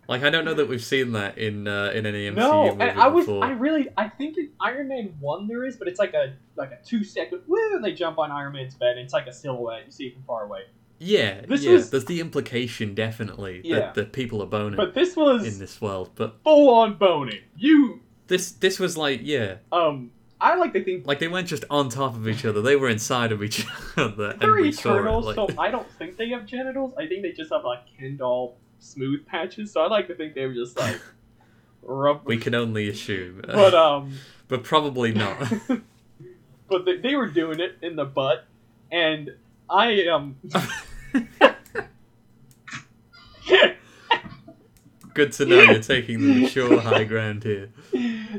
B: Like I don't know that we've seen that in uh, in any MCU
A: no,
B: movie
A: and I was
B: before.
A: I really I think in Iron Man one there is, but it's like a like a two second woo, and they jump on Iron Man's bed, and it's like a silhouette. You see it from far away,
B: Yeah,
A: This
B: yeah.
A: was-
B: There's the implication definitely
A: Yeah.
B: that, that people are boning
A: but this was
B: in this world, but
A: full on boning. You
B: this this was like yeah,
A: um, I like to think
B: like they weren't just on top of each other; they were inside of each <laughs> other, and
A: they're
B: we saw it.
A: eternal,
B: Like,
A: so I don't think they have genitals. I think they just have like Ken doll smooth patches. So I like to think they were just
B: <laughs>
A: like rub.
B: we can only assume,
A: <laughs> but um,
B: <laughs> but probably not. <laughs>
A: but they, they were doing it in the butt, and I
B: <laughs>
A: um, <laughs>
B: Good to know you're
A: <laughs>
B: taking the mature high ground here.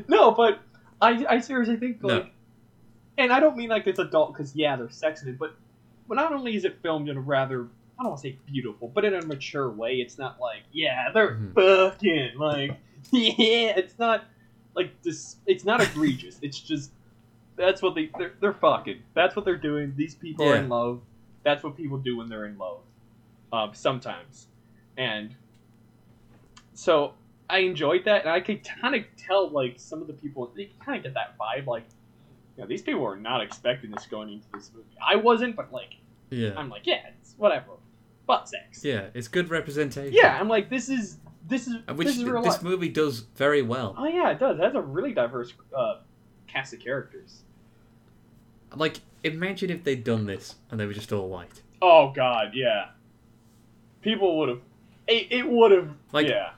A: no, but I I seriously think
B: No.
A: like, and I don't mean like it's adult because yeah, there's sex in it, but but not only is it filmed in a rather I don't want to say beautiful, but in a mature way. It's not like yeah, they're
B: Mhm.
A: fucking like <laughs> yeah, it's not like this. It's not egregious. it's just that's what they they're, they're fucking. That's what they're doing. These people are
B: Yeah.
A: in love. That's what people do when they're in love. Um, sometimes, and so I enjoyed that, and I could kind of tell like some of the people they kind of get that vibe like, you know, these people were not expecting this going into this movie. I wasn't, but like
B: Yeah,
A: I'm like, yeah, it's whatever, butt sex.
B: yeah, it's good representation.
A: Yeah, I'm like, this is this is
B: And which
A: this is real
B: this
A: life.
B: movie does very well.
A: Oh yeah, it does. It has a really diverse uh, cast of characters.
B: Like, imagine if they'd done this and they were just all white.
A: Oh god, yeah. People would have. It, it would have.
B: Like-
A: yeah.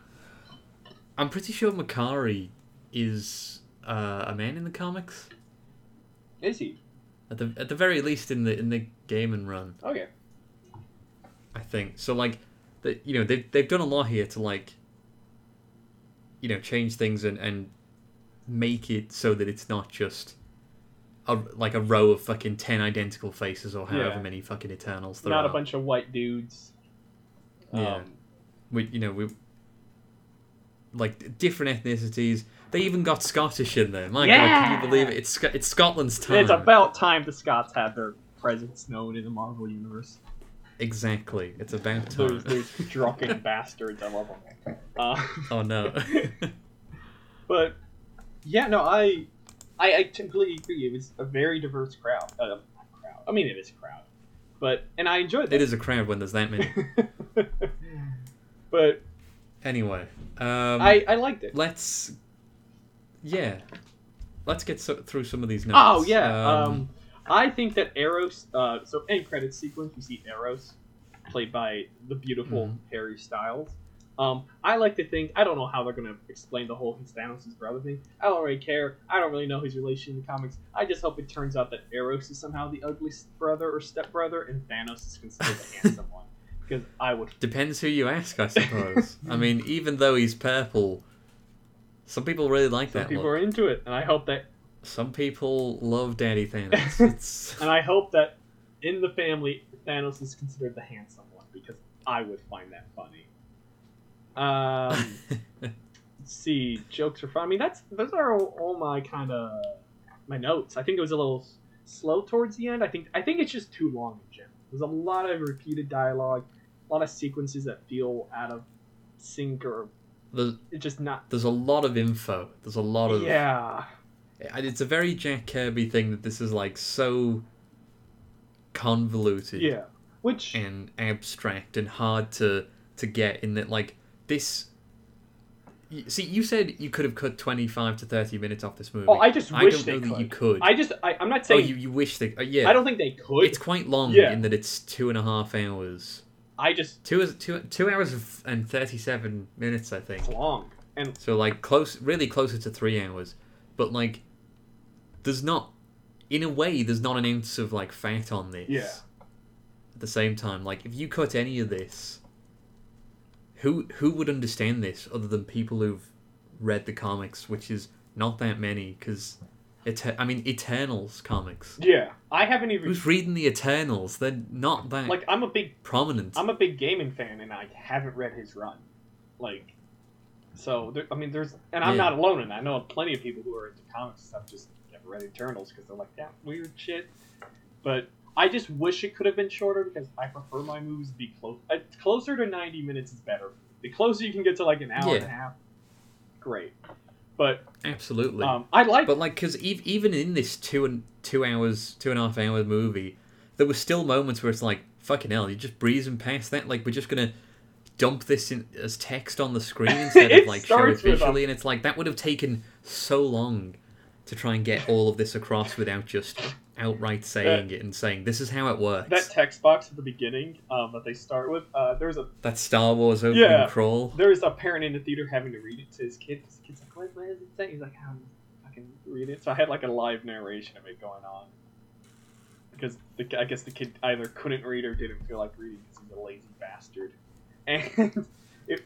B: I'm pretty sure Makari is uh, a man in the comics.
A: Is he?
B: At the at the very least in the in the game and run,
A: Okay.
B: I think. So like, they, you know, they've they've done a lot here to like, you know, change things and and make it so that it's not just. A, like a row of fucking ten identical faces, or however
A: Yeah.
B: many fucking Eternals there
A: Not
B: are.
A: a bunch of white dudes.
B: Yeah.
A: Um,
B: we, you know, we like different ethnicities. They even got Scottish in there. My God, can
A: Yeah!
B: you believe it? It's Sc- it's Scotland's time.
A: It's about time the Scots have their presence known in the Marvel universe.
B: exactly. It's about time.
A: Those, those
B: <laughs>
A: drunken bastards, I love them. Uh, <laughs>
B: oh no. <laughs>
A: but yeah, no, I, I, I completely agree. It was a very diverse crowd. Uh, not crowd. I mean, it is a crowd, but and I enjoyed that.
B: it is a crowd when there's that many.
A: <laughs> but
B: Anyway, um,
A: I, I liked it.
B: let's yeah, let's get so- through some of these notes.
A: Oh yeah. Um, I think that Eros. Uh, so end credits sequence, you see Eros, played by the beautiful
B: Mhm.
A: Harry Styles. Um, I like to think I don't know how they're gonna explain the whole his Thanos' brother thing. I don't really care. I don't really know his relation in the comics. I just hope it turns out that Eros is somehow the ugliest brother or stepbrother, and Thanos is considered the
B: <laughs>
A: handsome one. Because I would.
B: Depends who you ask, I suppose.
A: <laughs>
B: I mean, even though he's purple, some people really like
A: Some
B: that
A: people
B: look.
A: are into it, and I hope that
B: Some people love
A: <laughs>
B: Daddy Thanos. It's...
A: and I hope that in the family Thanos is considered the handsome one because I would find that funny.
B: <laughs>
A: Um. let's see jokes are fun. I mean, that's those are all, all my kind of my notes. I think it was a little s- slow towards the end. I think I think it's just too long in general. There's a lot of repeated dialogue, a lot of sequences that feel out of sync or
B: there's,
A: it's just not.
B: there's a lot of info. There's a lot of
A: Yeah,
B: And it's a very Jack Kirby thing that this is like so convoluted
A: yeah. Which
B: and abstract and hard to to get in that like this you- see you said you could have cut 25 to 30 minutes off this movie
A: oh, I just
B: I
A: wish
B: don't
A: they
B: know
A: could.
B: that you could
A: I just I, I'm not
B: oh
A: saying
B: you, you wish they uh, yeah
A: I don't think they could.
B: it's quite long
A: Yeah.
B: in that it's two and a half hours
A: I just
B: two hours two, two hours of- and 37 minutes i think
A: it's long and
B: so like close, really closer to three hours, but like, there's not, in a way, there's not an ounce of like fat on this.
A: Yeah.
B: At the same time, like if you cut any of this, who who would understand this other than people who've read the comics, which is not that many, because, I mean, Eternals comics.
A: yeah, I haven't even
B: Who's reading the Eternals? They're not that
A: like I'm a big
B: prominent.
A: I'm a big gaming fan, and I haven't read his run. Like, so there, I mean, there's, and I'm
B: Yeah.
A: not alone, and I know plenty of people who are into comics and stuff just never read Eternals because they're like that weird shit. But I just wish it could have been shorter because I prefer my movies to be close. Uh, closer to 90 minutes is better. The closer you can get to like an hour and
B: Yeah.
A: a half, great. But
B: Absolutely.
A: um, I like
B: But like, because ev- even in this two and two hours, two and a half hour movie, there were still moments where it's like, fucking hell, you're just breezing past that. Like, we're just gonna dump this in as text on
A: <laughs>
B: the screen instead
A: It
B: of like show it
A: starts with a-
B: visually, and it's like that would have taken so long to try and get all of this across without just outright saying it and saying this is how it works.
A: that text box at the beginning um, that they start with. Uh, there's a
B: That Star Wars opening
A: Yeah.
B: crawl.
A: There's a parent in the theater having to read it to his kid. 'cause The kid's like, what, what does it say? He's like, um, I can read it. So I had like a live narration of it going on. Because the, I guess the kid either couldn't read or didn't feel like reading because he's a lazy bastard. <laughs> And <laughs>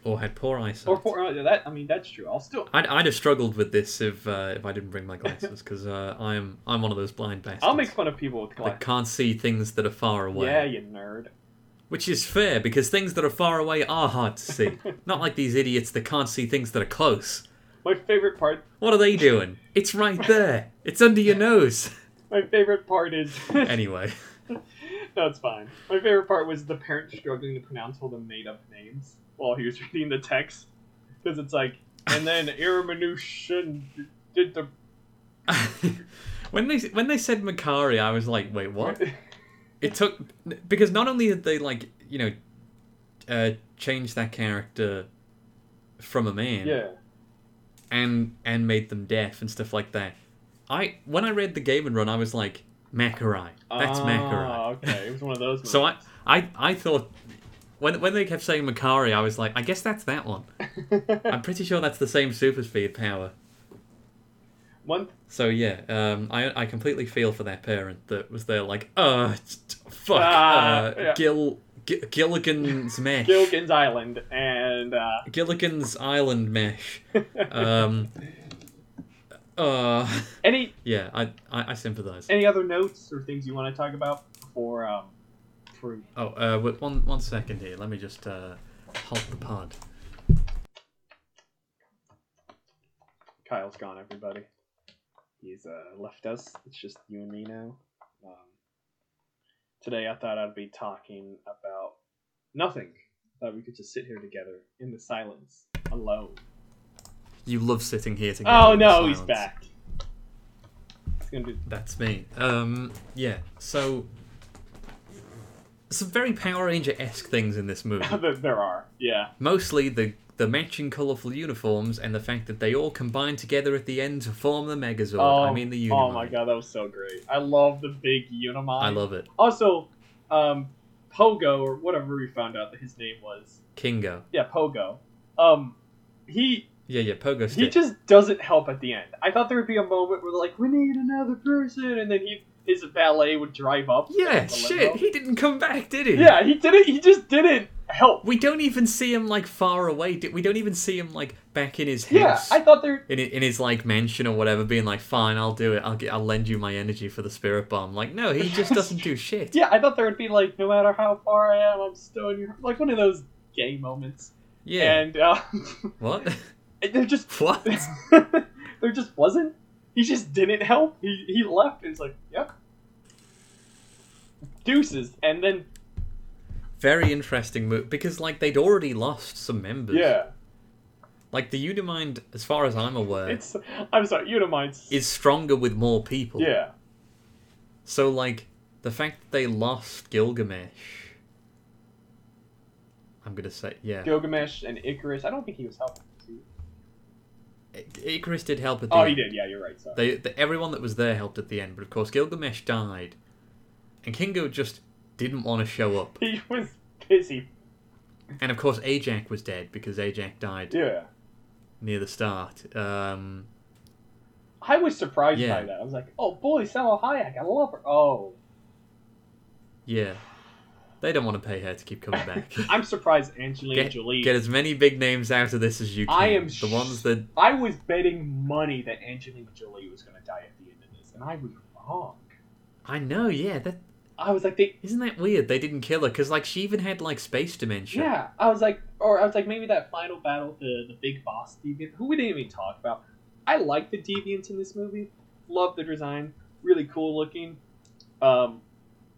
B: Or had poor eyesight.
A: or for, uh, that, I mean, that's true. I'll still,
B: I'd, I'd have struggled with this if uh, if I didn't bring my glasses because uh, I'm I'm one of those blind bastards.
A: I'll make fun of people with
B: that
A: glasses.
B: can't see things that are far away.
A: Yeah, you nerd.
B: Which is fair because things that are far away are hard to see. Not like these idiots that can't see things that are close.
A: <laughs> My favorite part
B: What are they doing? It's right there. It's under
A: <laughs>
B: your nose.
A: My favorite part is
B: Anyway, <laughs>
A: <laughs> no, it's fine. My favorite part was the parent struggling to pronounce all the made-up names while he was <laughs> reading the text, because it's like, and
B: <laughs>
A: then Iramanushin did the
B: when they when they said Makari, I was like, wait, what? It took because not only did they like you know uh, change that character from a
A: <laughs>
B: man,
A: yeah,
B: and and made them deaf and stuff like that. I when I read the game and run, I was like Macarai. That's
A: Ah,
B: Macarai.
A: Okay, it was one of those.
B: <laughs> So I I I thought when when they kept saying Macari, I was like, I guess that's that one.
A: I
B: I'm pretty sure that's the same super speed power.
A: <laughs> one
B: So yeah, um, I I completely feel for that parent that was there like, uh, t- t- fuck,
A: Ah,
B: uh,
A: yeah.
B: Gil, G-
A: <laughs>
B: Gilligan's mesh,
A: Gilgan's Island, and uh,
B: Gilligan's Island mesh. Um, <laughs> uh,
A: <laughs> any
B: yeah, I I, I sympathise.
A: any other notes or things you want to talk about before um, for
B: Oh, uh, wait, one one second here. Let me just uh, halt the pod.
A: Kyle's gone, everybody. He's uh, left us. It's just you and me now. Um, today I thought I'd be talking about nothing. Thought we could just sit here together in the silence, alone.
B: You love sitting here together.
A: Oh
B: in
A: no, he's
B: silence.
A: back. It's gonna be <laughs>
B: That's me. Um, yeah. So some very Power Ranger esque things in
A: <laughs>
B: this movie.
A: There- there are. Yeah.
B: Mostly the the matching colourful uniforms and the fact that they all combine together at the end to form the Megazord.
A: Oh,
B: I mean the Unimog.
A: oh my god, that was so great. I love the big Unimog.
B: I love it.
A: Also, um, Pogo or whatever we found out that his name was.
B: Kingo.
A: Yeah, Pogo. Um, he
B: Yeah, yeah, pogo
A: he
B: stick.
A: just doesn't help at the end. I thought there would be a moment where they're like, "We need another person," and then he his valet would drive up. <laughs>
B: yeah,
A: the
B: shit.
A: limo.
B: He didn't come back, did he?
A: Yeah, he didn't. He just didn't help.
B: We don't even see him like far away. di- We don't even see him like back in his
A: Yeah,
B: house.
A: I thought there.
B: in, in his like mansion or whatever, being like, "Fine, I'll do it. I'll get, I'll lend you my energy for the spirit bomb." Like, no, he just doesn't
A: <laughs>
B: do shit.
A: Yeah, I thought there would be like, no matter how far I am, I'm still in your like one of those gay moments.
B: Yeah.
A: And uh, <laughs>
B: What? <laughs>
A: there just <laughs>
B: what?
A: there just wasn't. He just didn't help. He he left. And it's like, yep. Deuces, and then
B: Very interesting move because like they'd already lost some members.
A: yeah,
B: Like the Unimind, as far as I'm aware,
A: it's. I'm sorry, Unimites.
B: is stronger with more people.
A: yeah,
B: So like the fact that they lost Gilgamesh. I'm gonna say yeah.
A: Gilgamesh and Icarus. I don't think he was helping. was he?
B: I- Icarus did help at the
A: Oh,
B: end.
A: he did. Yeah, you're right. Sorry.
B: They, the, everyone that was there helped at the end, but of course Gilgamesh died, and Kingo just didn't want to show up.
A: <laughs> He was busy.
B: And of course Ajak was dead because Ajak died
A: Yeah.
B: near the start. Um,
A: I was surprised
B: Yeah.
A: by that. I was like, oh boy, Salma Hayek, I love her. Oh,
B: yeah, they don't want to pay her to keep
A: <laughs>
B: coming back.
A: I'm surprised Angelina Jolie.
B: <laughs> Get as many big names out of this as you can.
A: I am
B: the ones that
A: I was betting money that Angelina Jolie was going to die at the end of this, and I was wrong.
B: I know. Yeah, that
A: I was like, they,
B: isn't that weird. They didn't kill her because like she even had like space dementia.
A: yeah. I was like, or I was like, maybe that final battle, with the the big boss deviant, who we didn't even talk about. I like the deviants in this movie. Love the design. Really cool looking. Um,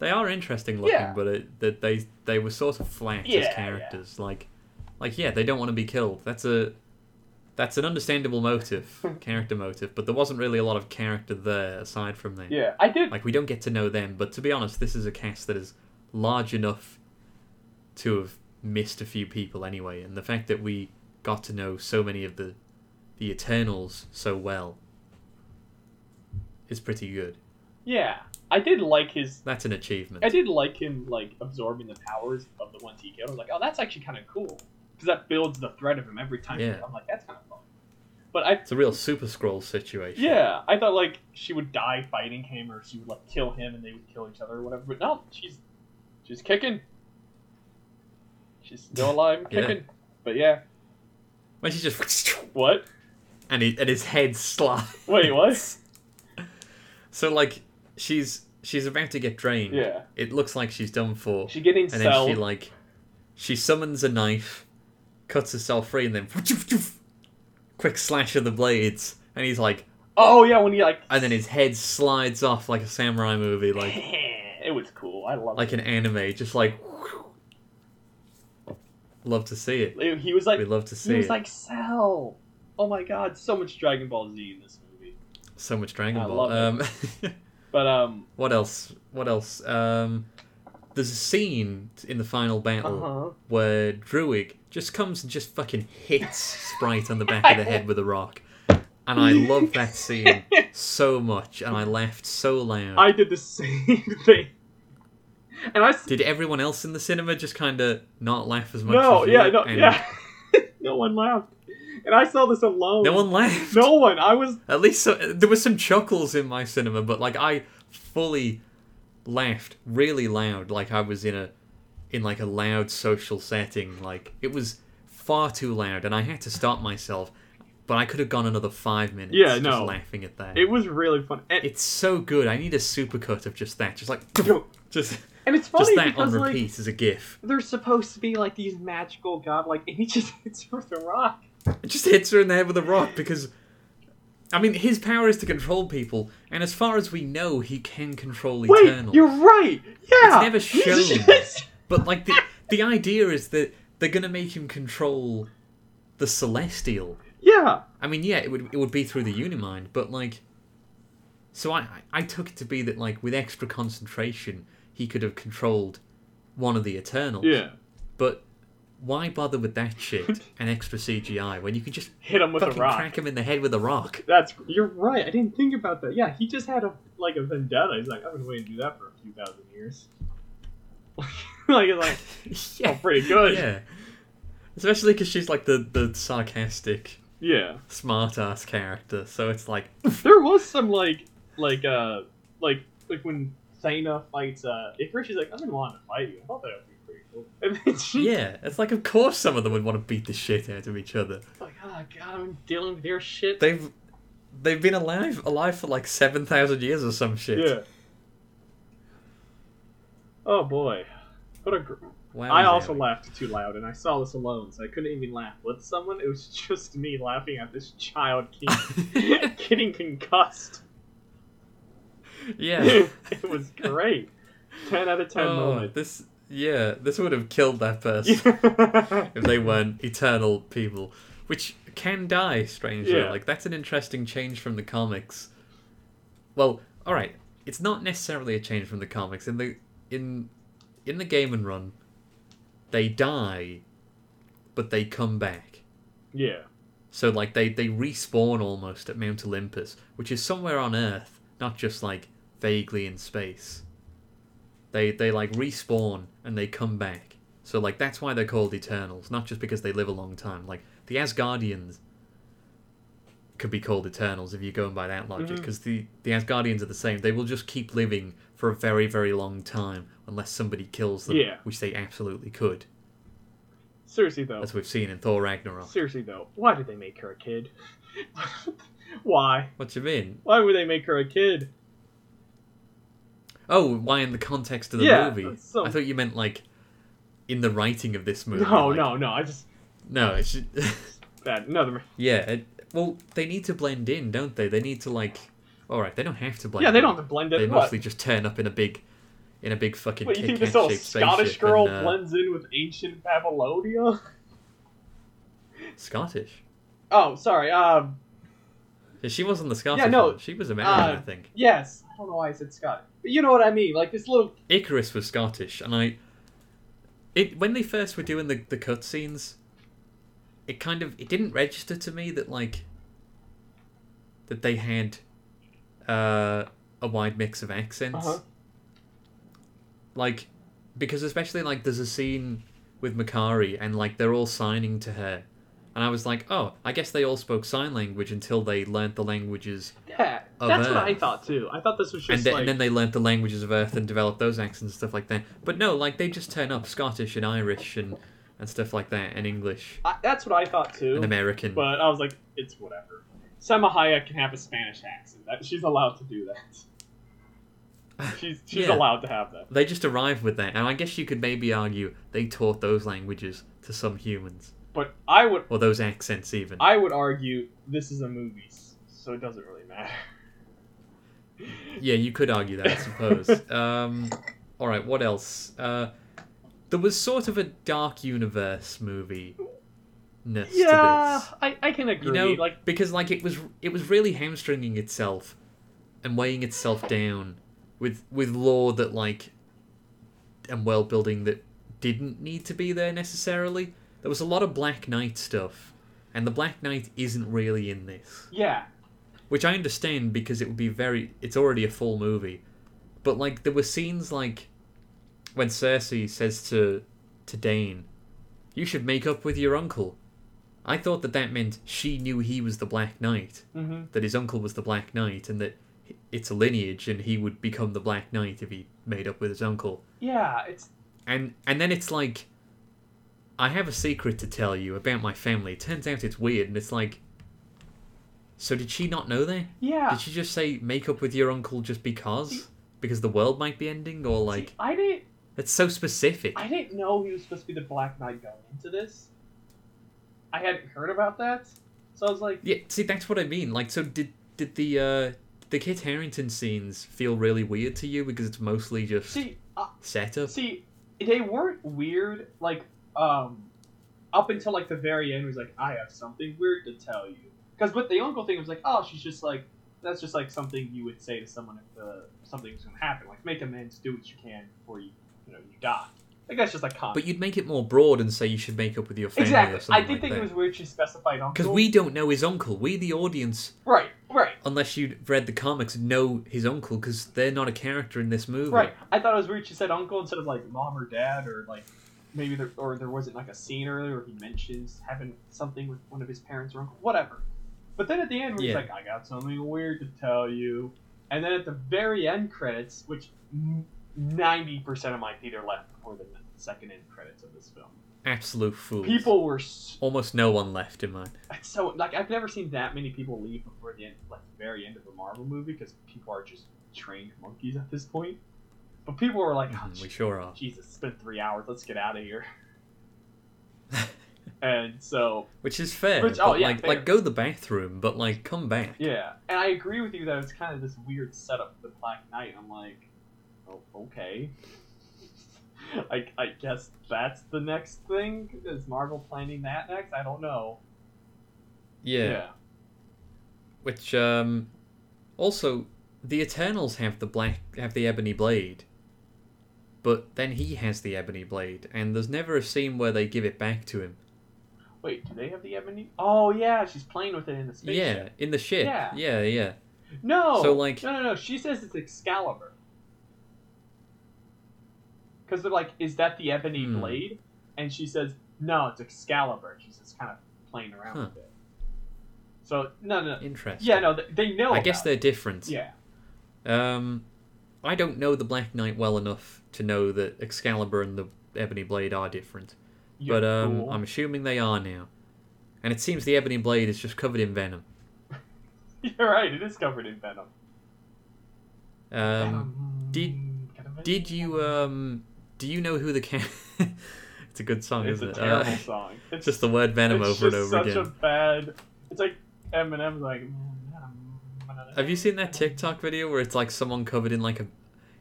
B: They are interesting looking,
A: Yeah.
B: but it, that they they were sort of flat
A: Yeah, yeah.
B: as characters. Like, like yeah, they don't want to be killed. That's a that's an understandable
A: <laughs>
B: motive, character motive. But there wasn't really a lot of character there aside from them.
A: yeah, I did.
B: Like we don't get to know them. But to be honest, this is a cast that is large enough to have missed a few people anyway. And the fact that we got to know so many of the the Eternals so well is pretty good.
A: Yeah, I did like his
B: That's an achievement.
A: I did like him like absorbing the powers of the ones he killed. I was like, oh, that's actually kind of cool because that builds the threat of him every time.
B: Yeah.
A: I'm like, that's kind of fun. But I,
B: It's a real Super Scroll situation.
A: yeah, I thought like she would die fighting him, or she would like kill him, and they would kill each other or whatever. But no, she's she's kicking. She's still alive, and
B: <laughs> Yeah.
A: kicking. But yeah,
B: When she just <laughs>
A: what?
B: and he, and his head slides.
A: Wait, what?
B: <laughs> So like she's she's about to get drained.
A: yeah,
B: It looks like she's done for.
A: she getting
B: and then she
A: celled.
B: like she summons a knife, cuts herself free, and then <laughs> quick slash of the blades, and he's like,
A: Oh yeah, when he like
B: and then his head slides off like a samurai movie, like
A: <laughs> it was cool. I love
B: like an anime, just like. Love to see it.
A: it. He was like
B: We love to see
A: he was
B: it.
A: like Cell. Oh my god, so much Dragon Ball Z in this movie.
B: so much Dragon
A: I
B: Ball.
A: love
B: um, <laughs>
A: But um,
B: What else? What else? Um, there's a scene in the final
A: uh
B: battle
A: huh.
B: where Druig just comes and just fucking hits Sprite on the back of the head with a rock. And I love that scene so much, and I laughed so loud.
A: I did the <laughs> same thing, and I s-
B: Did everyone else in the cinema just kind of not laugh as much?
A: no,
B: as you?
A: yeah, no,
B: And
A: yeah, <laughs> no one laughed, and I saw this alone.
B: No one laughed.
A: no one. I was
B: At least so, there was some chuckles in my cinema, but like I fully laughed really loud, like I was in a in like a loud social setting. Like it was far too loud, and I had to stop myself. But I could have gone another five minutes.
A: Yeah,
B: just
A: no.
B: laughing at that.
A: it was really fun, and,
B: it's so good. I need a supercut of just
A: <laughs>
B: that, just like
A: Yo.
B: just
A: and it's
B: just
A: funny
B: that on
A: because
B: repeat
A: like
B: as a gif.
A: they're supposed to be like these magical <laughs> godlike, and he just hits her with a rock.
B: It just hits her in the head with a rock because. I mean, his power is to control people, and as far as we know, he can control
A: Wait,
B: Eternal.
A: you're right. Yeah,
B: never
A: He's
B: shown.
A: just- <laughs>
B: But like the the idea is that they're gonna make him control the celestial.
A: yeah,
B: I mean, yeah, it would it would be through the Unimind, but like, so I I- I took it to be that like with extra concentration he could have controlled one of the Eternals.
A: yeah.
B: But why bother with that
A: <laughs>
B: shit and extra CGI when you can just
A: Hit him with a
B: fucking
A: rock.
B: crack him in the head with
A: <laughs>
B: a rock?
A: That's you're right. I didn't think about that. Yeah, he just had a like a vendetta. He's like, I've been waiting to do that for a few thousand years. <laughs> like, he's like,
B: yeah.
A: pretty good.
B: Yeah. Especially because she's like the, the sarcastic,
A: Yeah,
B: smart ass character. So it's like,
A: there was some like like uh like like when Thana fights uh Icarus, she's like, I've been wanting to fight you. I thought that would be pretty cool. <laughs> And then she
B: yeah, it's like, of course some of them would want to beat the shit out of each other.
A: like, oh god, I'm dealing with your shit.
B: They've they've been alive alive for like 7,000 years or some shit.
A: yeah. Oh boy, what a. Gr-
B: Wow,
A: I also laughed too loud, and I saw this alone, so I couldn't even laugh with someone. It was <laughs> just me laughing at this child
B: <laughs>
A: getting, <laughs> getting concussed. <laughs>
B: Yeah.
A: it was great. Ten out of ten
B: Oh,
A: moment.
B: this, yeah, this would have killed
A: <laughs>
B: that person. if they weren't eternal people, which can die strangely.
A: Yeah.
B: Like that's an interesting change from the comics. Well, all right, it's not necessarily a change from the comics. In the in in the game and run, they die, but they come back.
A: yeah,
B: So like they they respawn almost at Mount Olympus, which is somewhere on Earth, not just like vaguely in space. They they like respawn and they come back. So like that's why they're called Eternals, not just because they live a long time. Like the Asgardians could be called Eternals if you're going by that logic,
A: Mhm.
B: because the the Asgardians are the same. They will just keep living for a very very long time unless somebody kills them,
A: Yeah.
B: which they absolutely could,
A: seriously though,
B: as we've seen in Thor Ragnarok.
A: seriously though, why did they make her a kid? <laughs> why?
B: What do you mean?
A: Why would they make her a kid?
B: Oh, why in the context of the
A: Yeah,
B: movie?
A: that's so-
B: I thought you meant like in the writing of this movie.
A: No,
B: like-
A: no, no. I just
B: no. It's ju- <laughs>
A: that another.
B: yeah. It, well, they need to blend in, don't they? They need to like. All right, they don't have to blend.
A: Yeah, they
B: in.
A: don't have to blend
B: They
A: in. What?
B: mostly just turn up in a big, in a big fucking.
A: What, you think this
B: kick-ass
A: little
B: shaped
A: Scottish
B: spaceship
A: girl
B: and, uh,
A: blends in with ancient Babylonia? <laughs>
B: Scottish?
A: Oh, sorry. Um,
B: Yeah, she wasn't the Scottish.
A: no,
B: one. she was American,
A: uh,
B: I think.
A: Yes, I don't know why I said Scott, but you know what I mean. Like this little.
B: Icarus was Scottish, and I. It when they first were doing the the cutscenes, it kind of it didn't register to me that like. That they had, uh, a wide mix of accents.
A: Uh-huh.
B: Like, because especially like there's a scene with Makari and like they're all signing to her, and I was like, oh, I guess they all spoke sign language until they learnt the languages
A: Yeah,
B: Of
A: that's what
B: Earth.
A: I thought too. I thought this was just
B: Oh, and, th-
A: like.
B: and then they learnt the languages of Earth and developed those accents and stuff like that. But no, like they just turn up Scottish and Irish and, and stuff like that, and English
A: I, that's what I thought too.
B: and American.
A: But I was like, it's whatever. Sama Hayek can have a Spanish accent. That, she's allowed to do that.
B: <laughs>
A: She's she's
B: Yeah.
A: allowed to have that.
B: They just arrived with that, and I guess you could maybe argue they taught those languages to some humans
A: But I would
B: or those accents even.
A: I would argue this is a movie, s- so it doesn't really matter.
B: Yeah, you could argue that, I
A: <laughs>
B: suppose. um, all right, what else? Uh, there was sort of a dark universe movie. ness to
A: yeah,
B: this.
A: I, I can agree.
B: you know
A: like
B: because like it was it was really hamstringing itself and weighing itself down with with lore that like and world building that didn't need to be there necessarily there was a lot of black knight stuff and the black knight isn't really in this
A: yeah,
B: which i understand because it would be very it's already a full movie but like there were scenes like when cersei says to to dane you should make up with your uncle i thought that that meant she knew he was the black knight
A: hmm
B: that his uncle was the Black Knight and that h- it's a lineage and he would become the Black Knight if he made up with his uncle.
A: yeah. It's
B: And and then it's like I have a secret to tell you about my family. Turns out it's weird and it's like so did she not know that?
A: yeah.
B: Did she just say make up with your uncle just because? Because the world might be ending or
A: See,
B: like
A: I didn't
B: that's so specific.
A: I didn't know he was supposed to be the Black Knight going into this. I hadn't heard about that, so I was like,
B: Yeah, see that's what I mean. Like so did did the uh the Kit Harrington scenes feel really weird to you because it's mostly just
A: see, I,
B: setup?
A: See, they weren't weird. Like, um, up until like the very end, it was like, I have something weird to tell you. Because with the uncle thing, it was like, oh, she's just like, that's just like something you would say to someone if uh, something's gonna happen. Like, make amends, do what you can before you, you know, you die. Like that's just like common.
B: But you'd make it more broad and say you should make up with your family
A: exactly.
B: or
A: I
B: something
A: did
B: like
A: think
B: that.
A: it was weird she specified uncle.
B: Because we don't know his uncle. We, the audience,
A: right, right,
B: unless you'd read the comics, know his uncle because they're not a character in this movie.
A: right. I thought it was weird she said uncle instead of like mom or dad or like maybe there or there wasn't like a scene earlier where he mentions having something with one of his parents or uncle, whatever. But then at the end, where he's
B: Yeah.
A: like, "I got something weird to tell you," and then at the very end credits, which ninety percent of my theater left before the second end credits of this film,
B: Absolute fools.
A: people were s-
B: Almost no one left in mine.
A: so like I've never seen that many people leave before the end, like the very end of a Marvel movie because people are just trained monkeys at this point. But people were like, "Oh,
B: Mhm, we sure are.
A: Jesus, it's been three hours. Let's get out of
B: <laughs>
A: here. and so,
B: Which is fair.
A: Which- oh,
B: but
A: yeah,
B: like,
A: fair.
B: like go to the bathroom, but like come back.
A: yeah. And I agree with you that it's kind of this weird setup for the Black Knight. I'm like, oh, okay. <laughs> I, I guess that's the next thing? Is Marvel planning that next? I don't know.
B: yeah. Which um also the Eternals have the black have the ebony blade. But then he has the ebony blade, and there's never a scene where they give it back to him.
A: Wait, do they have the ebony? Oh, yeah, she's playing with it in the spaceship.
B: Yeah, in the ship.
A: Yeah.
B: yeah. yeah.
A: No.
B: So, like-
A: no, no, no. She says it's Excalibur. Because they're like, is that the ebony
B: Hmm.
A: blade? And she says, no, it's Excalibur. She's just kind of playing around
B: Huh.
A: with it. So no, no, no.
B: Interesting.
A: yeah, no. th- They know.
B: I guess
A: about
B: they're different.
A: it. Yeah,
B: Um, I don't know the Black Knight well enough to know that Excalibur and the Ebony Blade are different,
A: Yeah,
B: but um,
A: cool.
B: I'm assuming they are now. And it seems the Ebony Blade is just covered in venom.
A: <laughs> you're right. It is covered in venom.
B: Um, did- Did you um, do you know who the ca- <laughs> It's a good song,
A: It's
B: isn't
A: a
B: it?
A: terrible
B: Uh, <laughs>
A: song. It's
B: just the word venom
A: it's
B: over and
A: just
B: over
A: such
B: again.
A: a bad. It's like Eminem's like. "Mm,
B: Have you seen that TikTok video where it's like someone covered in like a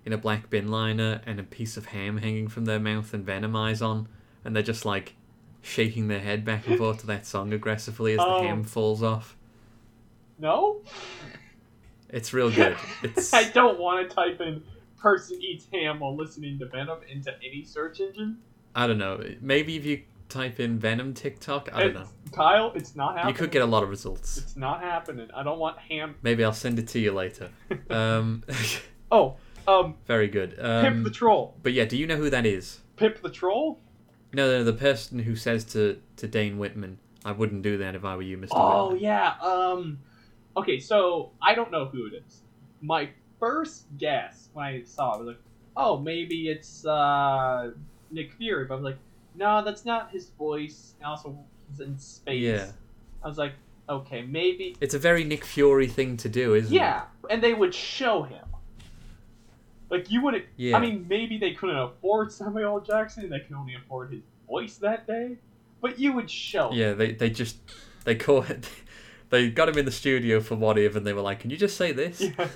B: in a black bin liner and a piece of ham hanging from their mouth and venom eyes on, and they're just like shaking their head back and forth to that song aggressively as
A: Oh.
B: the ham falls off.
A: No. <laughs>
B: It's real good. <laughs> It's
A: I don't want to type in person eats ham while listening to Venom into any search engine.
B: I don't know. Maybe if you type in venom TikTok, I don't know.
A: It's- Kyle, it's not
B: You
A: happening.
B: could get a lot of results.
A: It's not happening. I don't want ham.
B: Maybe I'll send it to you later. Um, <laughs>
A: Oh, um,
B: very good.
A: Pip the
B: Um,
A: troll.
B: but yeah, do you know who that is?
A: Pip the troll.
B: No, no, the person who says to, to Dane Whitman, I wouldn't do that if I were you, Mr.
A: Oh
B: Whitman.
A: yeah. Um, okay. So I don't know who it is. My first guess when I saw it was like, oh, maybe it's uh Nick Fury. But I was like, no, that's not his voice. And also, he's in space.
B: Yeah.
A: I was like, okay, maybe
B: It's a very Nick Fury thing to do, isn't it?
A: Yeah, and they would show him. Like you wouldn't.
B: Yeah.
A: I mean, maybe they couldn't afford Samuel L. Jackson. and They could only afford his voice that day. But you would show. him.
B: Yeah, they, they just they caught it <laughs> they got him in the studio for what if and they were like, Can you just say this?
A: Yeah.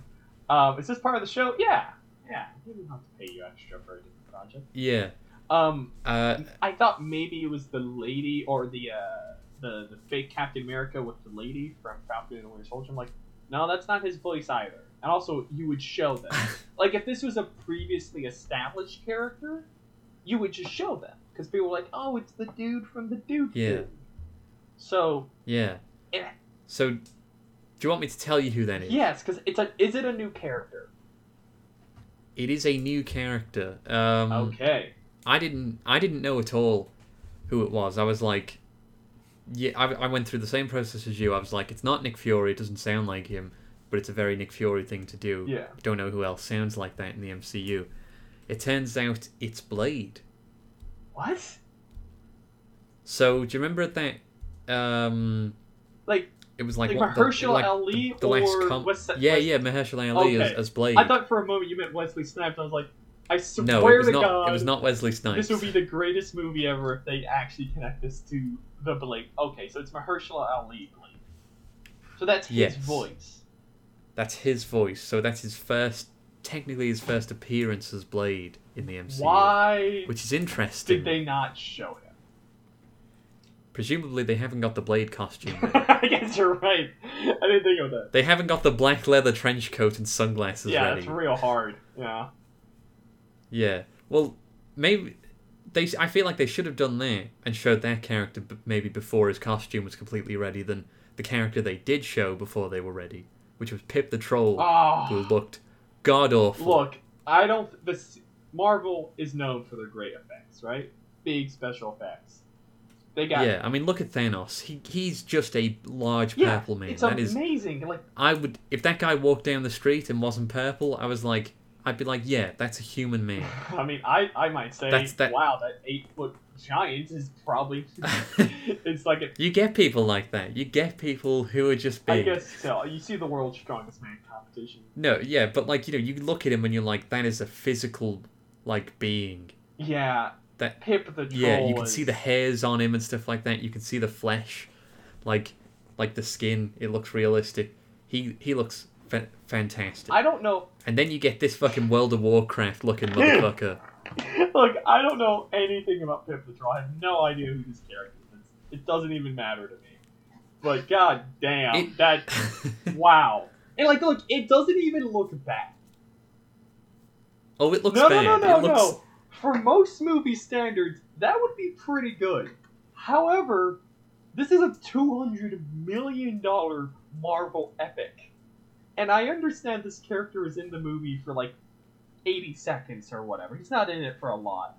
A: <laughs> um, is this part of the show? Yeah. Yeah. We didn't have to pay you extra for a different project.
B: Yeah.
A: Um,
B: Uh, <laughs>
A: I thought maybe it was the lady or the uh, the the fake Captain America with the lady from Falcon and the Winter Soldier. I'm like, no, that's not his voice either. And also, you would show them. like if this was a previously established character, you would just show them because people were like, oh, it's the dude from the dude.
B: Yeah.
A: Dude. So
B: yeah.
A: Yeah.
B: So do you want me to tell you who that is?
A: yes, because it's a is it a new character?
B: It is a new character. Um
A: Okay.
B: I didn't I didn't know at all who it was. I was like yeah, I, I went through the same process as you. I was like, it's not Nick Fury. It doesn't sound like him, but it's a very Nick Fury thing to do.
A: Yeah.
B: don't know who else sounds like that in the MCU. It turns out it's Blade.
A: What?
B: So do you remember that? Um,
A: Like
B: it was like,
A: Like
B: what,
A: Mahershala
B: the, like
A: Ali
B: the last
A: or
B: com-
A: Wes-
B: yeah,
A: Wes-
B: yeah, Mahershala Ali as,
A: Okay.
B: as Blade.
A: I thought for a moment you meant Wesley Snipes. I was like, I swear
B: no, it was
A: to
B: not.
A: God,
B: It was not Wesley Snipes.
A: this would be the greatest movie ever if they actually connect this to the Blade. Okay, so it's Mahershala Ali Blade. So that's his
B: Yes.
A: voice.
B: That's his voice. So that's his first, technically his first appearance as Blade in the MCU,
A: Why
B: which is interesting.
A: did they not show him?
B: Presumably, they haven't got the Blade costume. ready.
A: <laughs> I guess you're right. I didn't think of that.
B: <laughs> they haven't got the black leather trench coat and sunglasses
A: yeah,
B: ready.
A: that's real hard. Yeah.
B: Yeah. Well, maybe they. I feel like they should have done that and showed that character b- maybe before his costume was completely ready than the character they did show before they were ready, which was Pip the Troll, who
A: Oh,
B: looked god awful.
A: look, I don't. This Marvel is known for their great effects, right? Big special effects. They got
B: yeah, I mean, look at Thanos. He he's just a large
A: Yeah,
B: purple man.
A: it's
B: That is,
A: amazing.
B: <laughs>
A: Like
B: I would if that guy walked down the street and wasn't purple, I was like, I'd be like, yeah, that's a human man.
A: I mean, I, I might say,
B: That's that-
A: wow, that eight foot giant is
B: <laughs>
A: probably <laughs> it's like a
B: You get people like that. You get people who are just
A: I
B: big.
A: guess so. You see the world's strongest man competition.
B: No, yeah, but like you know, you look at him and you're like, that is a physical like being.
A: Yeah,
B: That-
A: Pip the troll.
B: Yeah, you can
A: is-
B: see the hairs on him and stuff like that. You can see the flesh, like like the skin. It looks realistic. He he looks fa- fantastic.
A: I don't know.
B: And then you get this fucking World of Warcraft looking motherfucker.
A: <laughs> Look, I don't know anything about Pip the troll. I have no idea who this character is. It doesn't even matter to me. But god damn,
B: It-
A: that wow. And like, look, it doesn't even look bad.
B: <laughs> oh, it looks
A: no,
B: bad.
A: No, no, no,
B: it looks
A: no. For most movie standards, that would be pretty good. However, this is a two hundred million dollar Marvel epic, and I understand this character is in the movie for like eighty seconds or whatever. He's not in it for a lot,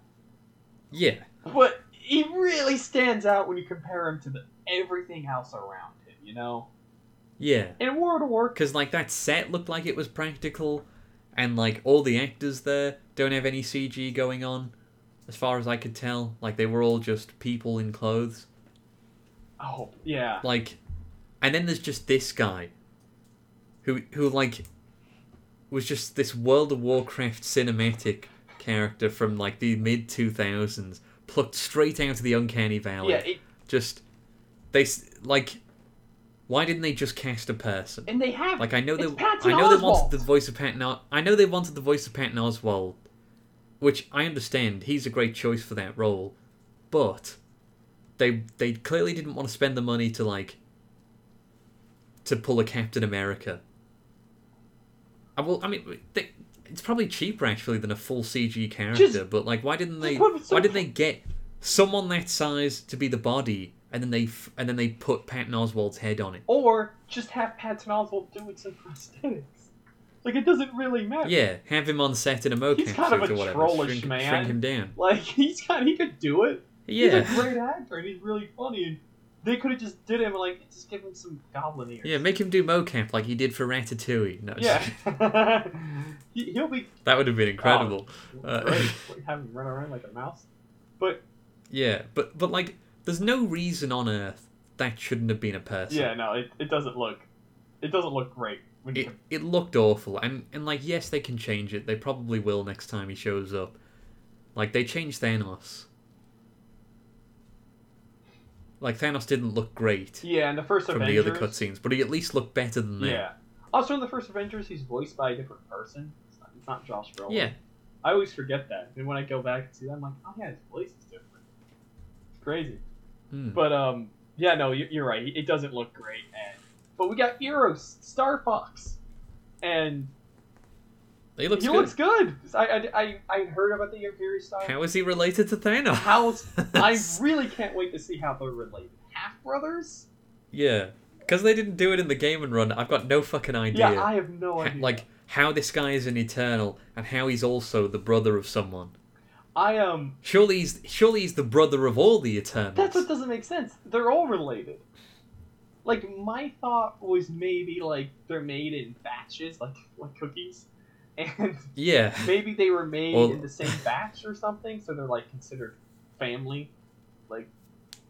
B: yeah.
A: but he really stands out when you compare him to the, everything else around him. You know,
B: Yeah.
A: in World of Warcraft.
B: Because, like, that set looked like it was practical, and, like, all the actors there don't have any CG going on, as far as I could tell. Like, they were all just people in clothes.
A: Oh yeah,
B: Like, and then there's just this guy who, who like, was just this World of Warcraft cinematic character from, like, the mid 2000s, plucked straight out of the Uncanny Valley.
A: yeah. It,
B: Just, they, s- like, why didn't they just cast a person?
A: and they have
B: Like I know they,
A: It's Patton
B: I know they
A: Oswalt.
B: wanted the voice of Patton. Os- I know they wanted the voice of Patton Oswald, which I understand. He's a great choice for that role, but they they clearly didn't want to spend the money to like to pull a Captain America. I will. I mean, they, it's probably cheaper actually than a full CG character.
A: Just-
B: but like, why didn't they?
A: put some-
B: Why didn't they get someone that size to be the body, and then they f- and then they put Patton Oswald's head on it?
A: or just have Patton Oswalt do it some prosthetics. Like it doesn't really matter.
B: Yeah, have him on set in a mocap
A: He's kind of
B: suit
A: a
B: or whatever.
A: trollish
B: shrink,
A: man.
B: shrink him down.
A: Like <laughs> he's kind, he could do it.
B: Yeah,
A: He's a great actor and he's really funny. And they could have just did him and like just give him some goblin ears.
B: yeah, make him do mocap like he did for Ratatouille. No, just-
A: Yeah. <laughs> he, he'll be
B: <laughs> that would have been incredible.
A: Oh.
B: Uh,
A: great. Like, have him run around like a mouse. But
B: yeah, but but like, there's no reason on earth that shouldn't have been a person.
A: yeah, no, it, it doesn't look, it doesn't look great. When you
B: It, it looked awful, and and like yes, they can change it. They probably will next time he shows up. Like they changed Thanos. Like Thanos didn't look great
A: com- yeah, and the first
B: from
A: Avengers.
B: the other cutscenes, but he at least looked better than that.
A: yeah. Also, in the first Avengers, he's voiced by a different person. It's not, it's not Josh Brolin.
B: yeah,
A: I always forget that. And when I go back and see that, I'm like, oh yeah, his voice is different. It's crazy.
B: Hmm.
A: But um, yeah, no, you- you're right. It doesn't look great. And but we got Eros, Star Fox, and
B: he looks
A: he
B: good.
A: looks good. I, I, I, I heard about the Eros Star.
B: How is he related to Thanos? <laughs>
A: How's I really can't wait to see how they're related. Half brothers?
B: yeah, because they didn't do it in the game and run. I've got no fucking idea.
A: Yeah, I have no
B: Ha-
A: idea.
B: like how this guy is an eternal and how he's also the brother of someone.
A: I um,
B: Surely he's surely he's the brother of all the eternals.
A: that's what doesn't make sense. They're all related. Like my thought was maybe like they're made in batches, like like cookies, and <laughs>
B: yeah, <laughs>
A: maybe they were made
B: Well-
A: in the
B: <laughs>
A: same batch or something, so they're like considered family. Like,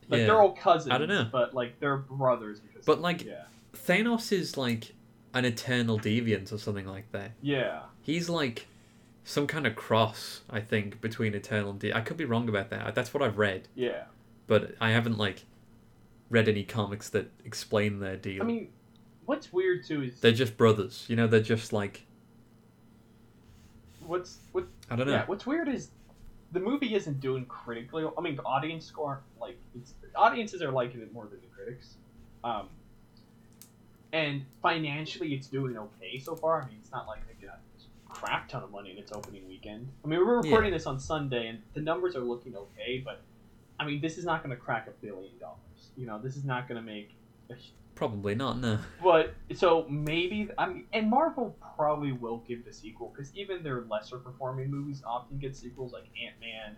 A: like
B: Yeah.
A: they're all cousins.
B: I don't know.
A: but like they're brothers. Because
B: But, like-
A: yeah,
B: Thanos is like an eternal deviant or something like that.
A: yeah,
B: He's like some kind of cross, I think, between eternal and de- I could be wrong about that. That's what I've read,
A: yeah.
B: but I haven't like read any comics that explain their deal.
A: I mean, what's weird too is
B: They're just brothers, you know. They're just like
A: what's what
B: I don't know.
A: yeah, what's weird is the movie isn't doing critically. I mean, the audience score like it's, audiences are liking it more than the critics. Um, and financially, it's doing okay so far. I mean, it's not like they got a crap ton of money in its opening weekend. I mean, we're recording this on Sunday, and the numbers are looking okay. But I mean, this is not going to crack a billion dollars. You know, this is not going to make a,
B: Probably not. No.
A: But so maybe I mean, and Marvel probably will give the sequel because even their lesser performing movies often get sequels, like Ant Man.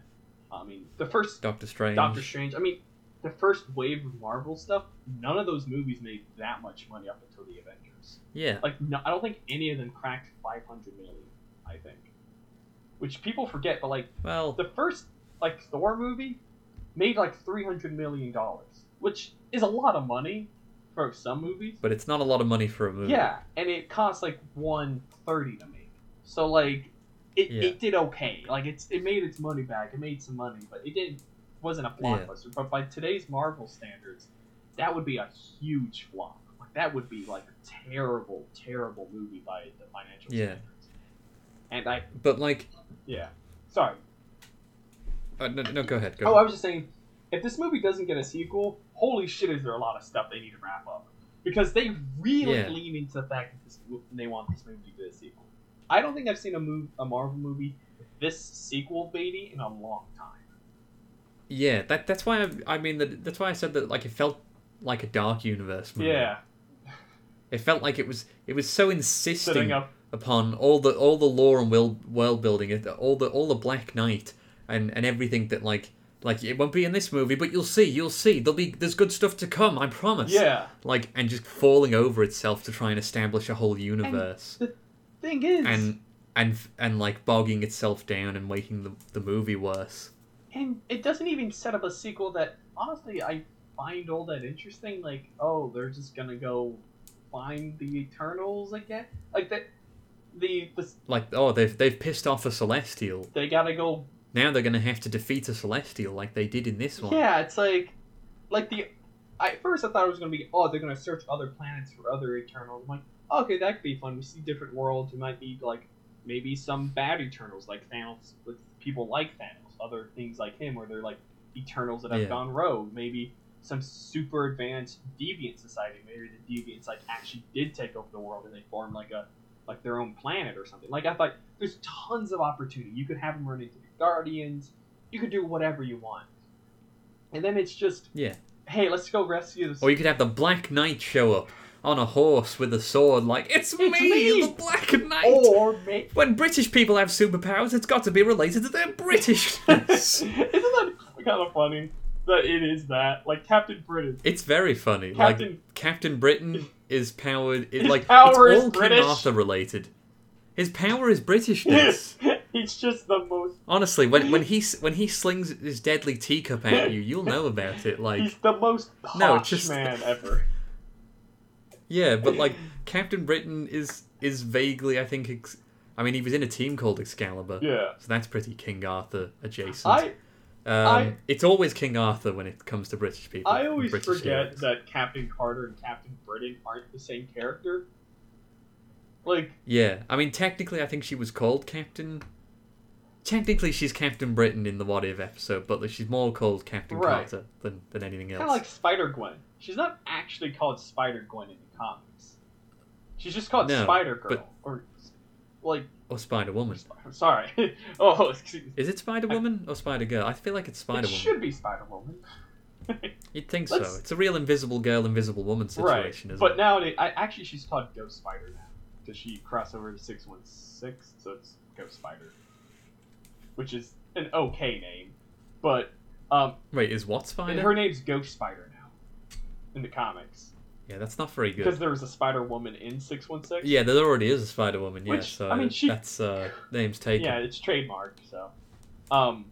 A: I mean, the first
B: Doctor Strange.
A: Doctor Strange. I mean, the first wave of Marvel stuff. None of those movies made that much money up until the Avengers.
B: Yeah.
A: Like, no, I don't think any of them cracked 500 million. I think, which people forget, but like
B: Well,
A: the first like Thor movie made like 300 million dollars, which is a lot of money for some movies.
B: but it's not a lot of money for a movie.
A: Yeah, and it cost like one thirty to make. So like, it,
B: Yeah.
A: it did okay. Like it's it made its money back. It made some money, but it didn't wasn't a
B: Yeah.
A: blockbuster. But by today's Marvel standards, that would be a huge flop. Like that would be like a terrible, terrible movie by the financial
B: Yeah.
A: standards. And I
B: But like,
A: yeah, sorry.
B: uh, no, no, go ahead. Go.
A: Oh, I
B: ahead.
A: was just saying, if this movie doesn't get a sequel, holy shit, is there a lot of stuff they need to wrap up because they really
B: Yeah.
A: lean into the fact that this, they want this movie to get a sequel. I don't think I've seen a move a Marvel movie this sequel baby in a long time.
B: Yeah. That that's why I, I mean that, that's why I said that like it felt like a dark universe movie.
A: Yeah,
B: It felt like it was it was so
A: setting
B: insisting
A: up.
B: upon all the all the lore and world world building, it- all the all the Black Knight and and everything that like like it won't be in this movie, but you'll see, you'll see. There'll be there's good stuff to come, I promise.
A: Yeah.
B: Like and just falling over itself to try and establish a whole universe
A: Thing is,
B: and and and, like bogging itself down and making the the movie worse.
A: and it doesn't even set up a sequel that honestly I find all that interesting. Like, oh, they're just gonna go find the Eternals again. Like that, the, the
B: Like oh they've they've pissed off a celestial.
A: they gotta go
B: Now they're gonna have to defeat a celestial like they did in this one.
A: Yeah, it's like, like the. I, at first, I thought it was gonna be, oh, they're gonna search other planets for other Eternals. I'm like, okay, that could be fun. We see different worlds. We might need like maybe some bad Eternals, like Thanos, with people like Thanos, other things like him, where they're like Eternals that have
B: Yeah.
A: gone rogue. Maybe some super advanced deviant society. Maybe the deviants like actually did take over the world and they formed like a like their own planet or something. Like I thought, there's tons of opportunity. You could have them run into the Guardians. You could do whatever you want. And then it's just,
B: Yeah.
A: hey, let's go rescue this.
B: Or
A: <laughs>
B: you could have the Black Knight show up on a horse with a sword, like, it's, me,
A: me!" Oh.
B: the Black Knight!
A: or make.
B: When British people have superpowers, it's got to be related to their <laughs>
A: <laughs>
B: Britishness!
A: Isn't that kind of funny that it is that? Like Captain Britain.
B: it's very funny.
A: Captain.
B: Like, <laughs> Captain Britain is powered. It,
A: His
B: like,
A: power
B: it's
A: is
B: all
A: British.
B: King Arthur related. His power is Britishness.
A: <laughs> He's just the most.
B: Honestly, when, when he s- when he slings his deadly teacup at you, you'll know about it. Like,
A: he's the most posh
B: No, it's just- <laughs>
A: man ever.
B: Yeah, but like Captain Britain is is vaguely, I think. Ex- I mean, he was in a team called Excalibur,
A: Yeah.
B: so that's pretty King Arthur adjacent.
A: I
B: um,
A: I-
B: it's always King Arthur when it comes to British people.
A: I
B: and
A: always
B: British
A: forget
B: heroes.
A: that Captain Carter and Captain Britain aren't the same character. Like,
B: Yeah, I mean, technically, I think she was called Captain. Technically, she's Captain Britain in the What If episode, but she's more called Captain
A: Right.
B: Carter than, than anything else.
A: kind of like Spider Gwen. She's not actually called Spider Gwen in the comics. She's just called
B: No,
A: Spider Girl,
B: but-
A: or like
B: or Spider Woman.
A: I'm sorry. <laughs> oh, excuse me.
B: Is it Spider Woman or Spider Girl? I feel like it's Spider
A: It
B: Woman.
A: should be Spider Woman.
B: You'd think
A: Let's-
B: so. It's a real Invisible Girl, Invisible Woman
A: Right.
B: situation, isn't
A: But
B: it?
A: nowadays, I, actually, she's called Ghost Spider now. Because she crossed over to 616, so it's Ghost Spider. Which is an okay name. But um,
B: Wait, is what
A: and
B: Spider?
A: her name's Ghost Spider now. In the comics.
B: Yeah, that's not very
A: Because
B: good.
A: there was a Spider Woman in 616.
B: Yeah, there already is a Spider Woman. Yeah,
A: Which,
B: so
A: I mean, she-
B: that's uh, name's taken.
A: Yeah, it's trademarked, so. Um,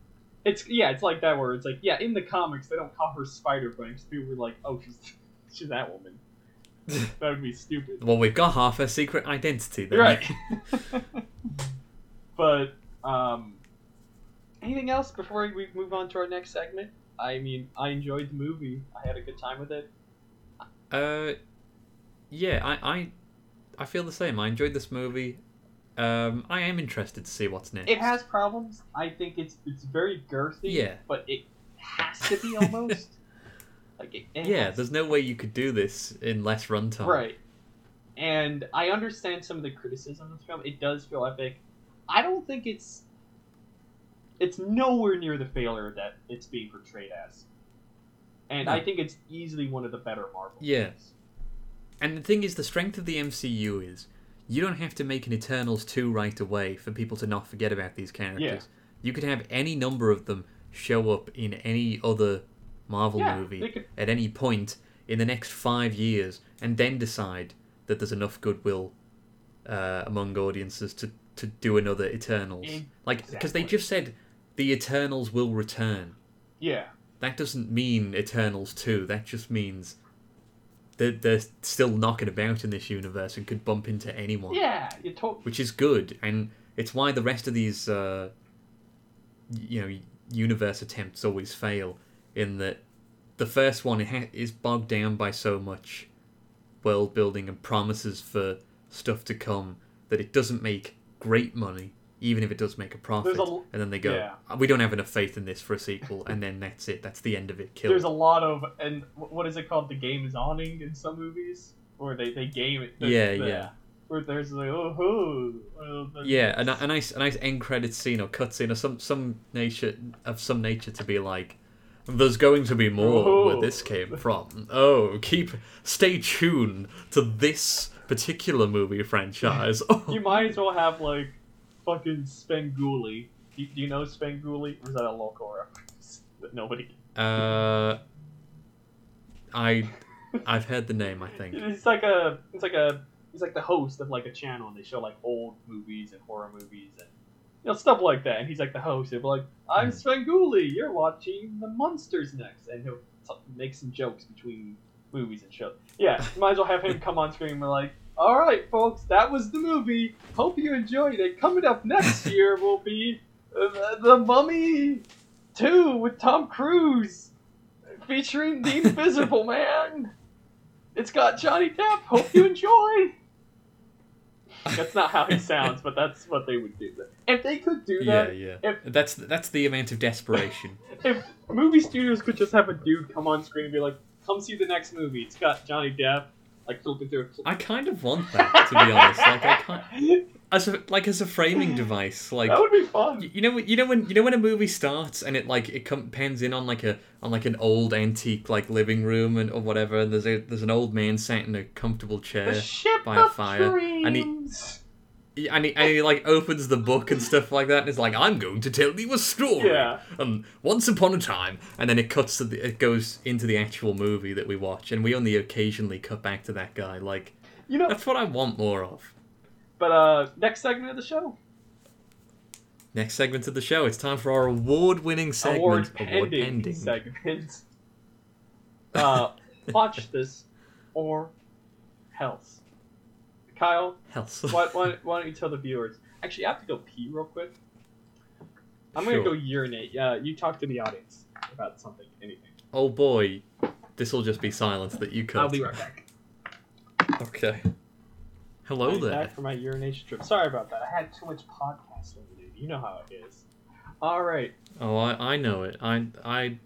A: it's yeah, it's like that where it's like yeah, in the comics they don't call her Spider Gwen because people were like, oh, she's <laughs> she's that woman. that would be stupid.
B: <laughs> Well, we've got half her secret identity. Then.
A: You're right. but um, anything else before we move on to our next segment? I mean, I enjoyed the movie. I had a good time with it.
B: Uh, yeah, I, I, I feel the same. I enjoyed this movie. Um, I am interested to see what's next.
A: It has problems. I think it's it's very girthy.
B: Yeah.
A: But it has to be
B: <laughs>
A: almost. like it, it
B: Yeah,
A: has
B: there's no way you could do this in less runtime.
A: Right. And I understand some of the criticism of the film. It does feel epic. I don't think it's it's nowhere near the failure that it's being portrayed as. And I
B: No.
A: think it's easily one of the better Marvel
B: Yeah.
A: movies.
B: And the thing is, the strength of the MCU is you don't have to make an Eternals 2 right away for people to not forget about these characters.
A: Yeah.
B: You could have any number of them show up in any other Marvel
A: Yeah, they
B: movie
A: could-
B: at any point in the next five years and then decide that there's enough goodwill uh, among audiences to, to do another Eternals. Like, because they
A: Exactly.
B: just said the Eternals will return.
A: Yeah.
B: That doesn't mean Eternals 2. That just means that they're still knocking about in this universe and could bump into anyone
A: Yeah. You told.
B: which is good, and it's why the rest of these, uh, y- you know, universe attempts always fail in that the first one ha- is bogged down by so much world building and promises for stuff to come that it doesn't make great money, even if it does make a profit.
A: l-
B: and then they go,
A: yeah.
B: "Uh, "We don't have enough faith in this for a sequel," and then that's it. That's the end of it. Killed.
A: There's a lot of and wh- what is it called? The game is awning in some movies, or they they game it. the-
B: Yeah,
A: the-
B: yeah.
A: Where there's like oh hoo. well, the-
B: Yeah, a, ni- a nice, a nice end credit scene or cutscene or some some nature of some nature to be like, there's going to be more
A: Oh.
B: where this came from. Oh, keep stay tuned to this particular movie franchise.
A: <laughs> You might as well have like fucking Spenguli. Do, do you know Spenguli? Or is that a local reference <laughs> that nobody?
B: <laughs> uh, I, I've heard the name. I think.
A: It's like a it's like a it's like the host of like a channel, and they show like old movies and horror movies and you know stuff like that. And he's like the host. They're like, "I'm
B: Hmm.
A: Spenguli. You're watching the monsters next," and he'll t- make some jokes between movies and shows. Yeah, you might as well have
B: <laughs>
A: him come on screen and be like. All right, folks, that was the movie. Hope you enjoyed it. Coming up next year will be uh, The Mummy 2 with Tom Cruise, featuring The Invisible Man. It's got Johnny Depp. Hope you enjoy. That's not how he sounds, but that's what they would do. If they could do
B: Yeah,
A: that,
B: yeah.
A: if-
B: that's that's the amount of desperation.
A: if movie studios could just have a dude come on screen and be like, "Come see the next movie. It's got Johnny Depp." Like flipping through. a-
B: I kind of want that to be honest. Like I can't, as a like as a framing device. Like
A: that would be fun.
B: Y- You know, when- you know when you know when a movie starts and it like it com- pans in on like a on like an old antique like living room and or whatever, and there's a there's an old man sat in a comfortable
A: The
B: chair,
A: ship
B: by a
A: of
B: fire, and he-
A: dreams.
B: Y- and he, and he like opens the book and stuff like that, and it's like I'm going to tell you a story.
A: Yeah.
B: Um, once upon a time, and then it cuts to the, it goes into the actual movie that we watch, and we only occasionally cut back to that guy. Like
A: You know,
B: that's what I want more of.
A: but uh, next segment of the show,
B: Next segment of the show, it's time for our award-winning segment,
A: award pending,
B: pending.
A: segment. Uh, <laughs>
B: <laughs>
A: watch this or else. Kyle,
B: Health.
A: why, why, why don't you tell the viewers? Actually, I have to go pee real quick. I'm gonna
B: Sure.
A: go urinate. Yeah, you talk to the audience about something, anything.
B: Oh boy, this will just be silence that you cut.
A: I'll be right back.
B: Okay.
A: I'll
B: Hello
A: be
B: there.
A: Back for my urination trip. Sorry about that. I had too much podcasting to do. You know how it is. All right. <laughs>
B: Oh, I, I know it. I I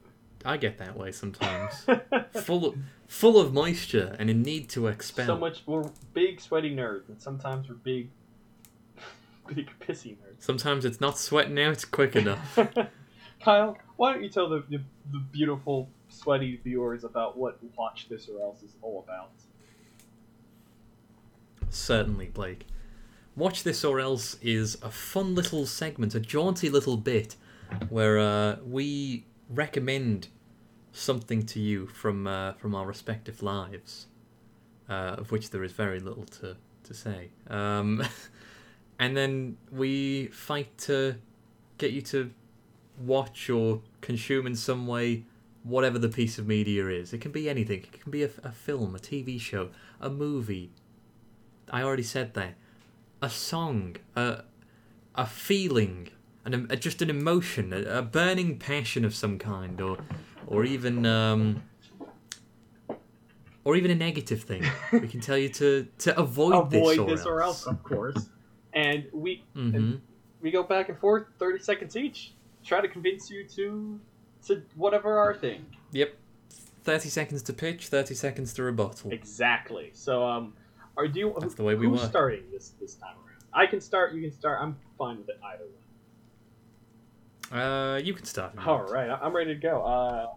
B: I get that way sometimes. <laughs> full of, full of moisture and in need to expel.
A: So much. We're big sweaty nerds, and sometimes we're big, <laughs> big pissy
B: Sometimes it's not sweating out quick enough.
A: nerds. <laughs> Kyle, why don't you tell the, the the beautiful sweaty viewers about what Watch This or Else is all about?
B: Certainly, Blake. Watch This or Else is a fun little segment, a jaunty little bit, where uh, we recommend something to you from uh, from our respective lives, uh, of which there is very little to to say. Um, <laughs> and then we fight to get you to watch or consume in some way whatever the piece of media is. It can be anything. It can be a, a film, a TV show, a movie. I already said that. A song, a a feeling, an, a, just an emotion, a, a burning passion of some kind, or or even um, or even a negative thing. we can tell you to to <laughs> avoid,
A: Avoid
B: this, or, else.
A: of course. <laughs> And we
B: hmm
A: we go back and forth, thirty seconds each. Try to convince you to to whatever our thing.
B: Yep. 30 seconds to pitch, 30 seconds to rebuttal.
A: Exactly. So um, are do you?
B: That's the way we
A: who's
B: work.
A: starting this this time around? I can start. You can start. I'm fine with it either one.
B: Uh, you can start. if you
A: All
B: want.
A: right, I- I'm ready to go. Uh,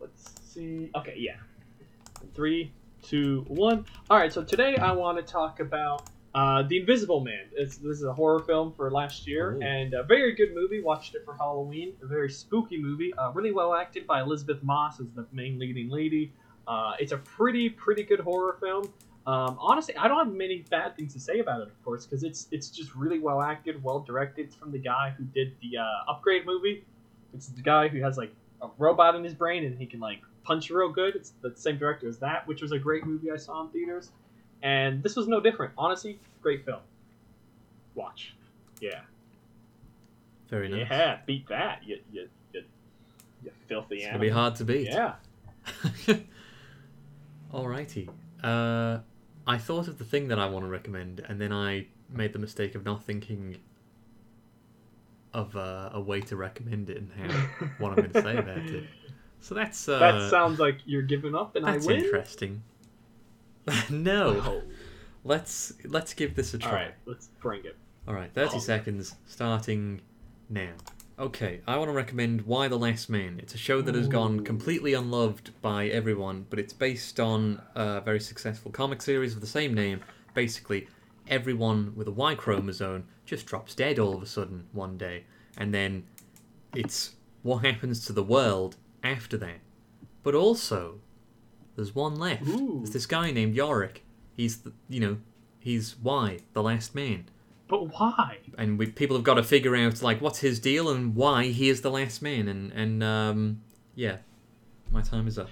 A: let's see. Okay, yeah. Three, two, one. All right, so today I want to talk about uh, The Invisible Man. It's, this is a horror film for last year,
B: Ooh.
A: and a very good movie. Watched it for Halloween. A very spooky movie. Uh, really well acted by Elizabeth Moss as the main leading lady. Uh, it's a pretty, pretty good horror film. Um, honestly, I don't have many bad things to say about it, of course, because it's it's just really well acted, well directed. It's from the guy who did the uh, Upgrade movie. It's the guy who has like a robot in his brain and he can like punch real good. It's the same director as that, which was a great movie I saw in theaters. And this was no different. Honestly, great film. Watch. Yeah.
B: Very nice.
A: Yeah, beat that. You, you, you, you filthy
B: It's gonna be
A: animal.
B: hard to <laughs> beat.
A: Yeah.
B: Alrighty. Uh, I thought of the thing that I want to recommend, and then I made the mistake of not thinking of uh, a way to recommend it and
A: <laughs>
B: how what I'm going to say about it. So that's uh,
A: that sounds like you're giving up and I
B: that's
A: win.
B: interesting. <laughs> no,
A: Oh.
B: let's let's give this a
A: All
B: try.
A: right, let's bring it.
B: All right, 30
A: Oh.
B: seconds starting now. Okay, I want to recommend Why the Last Man. It's a show that has
A: Ooh.
B: gone completely unloved by everyone, but it's based on a very successful comic series of the same name. Basically, everyone with a Y chromosome just drops dead all of a sudden one day, and then it's what happens to the world after that. But also, there's one left.
A: Ooh.
B: There's this guy named Yorick. He's, the, you know, he's Y, the last man
A: But why?
B: and we people have got to figure out like what's his deal and why he is the last man and and um yeah my time is up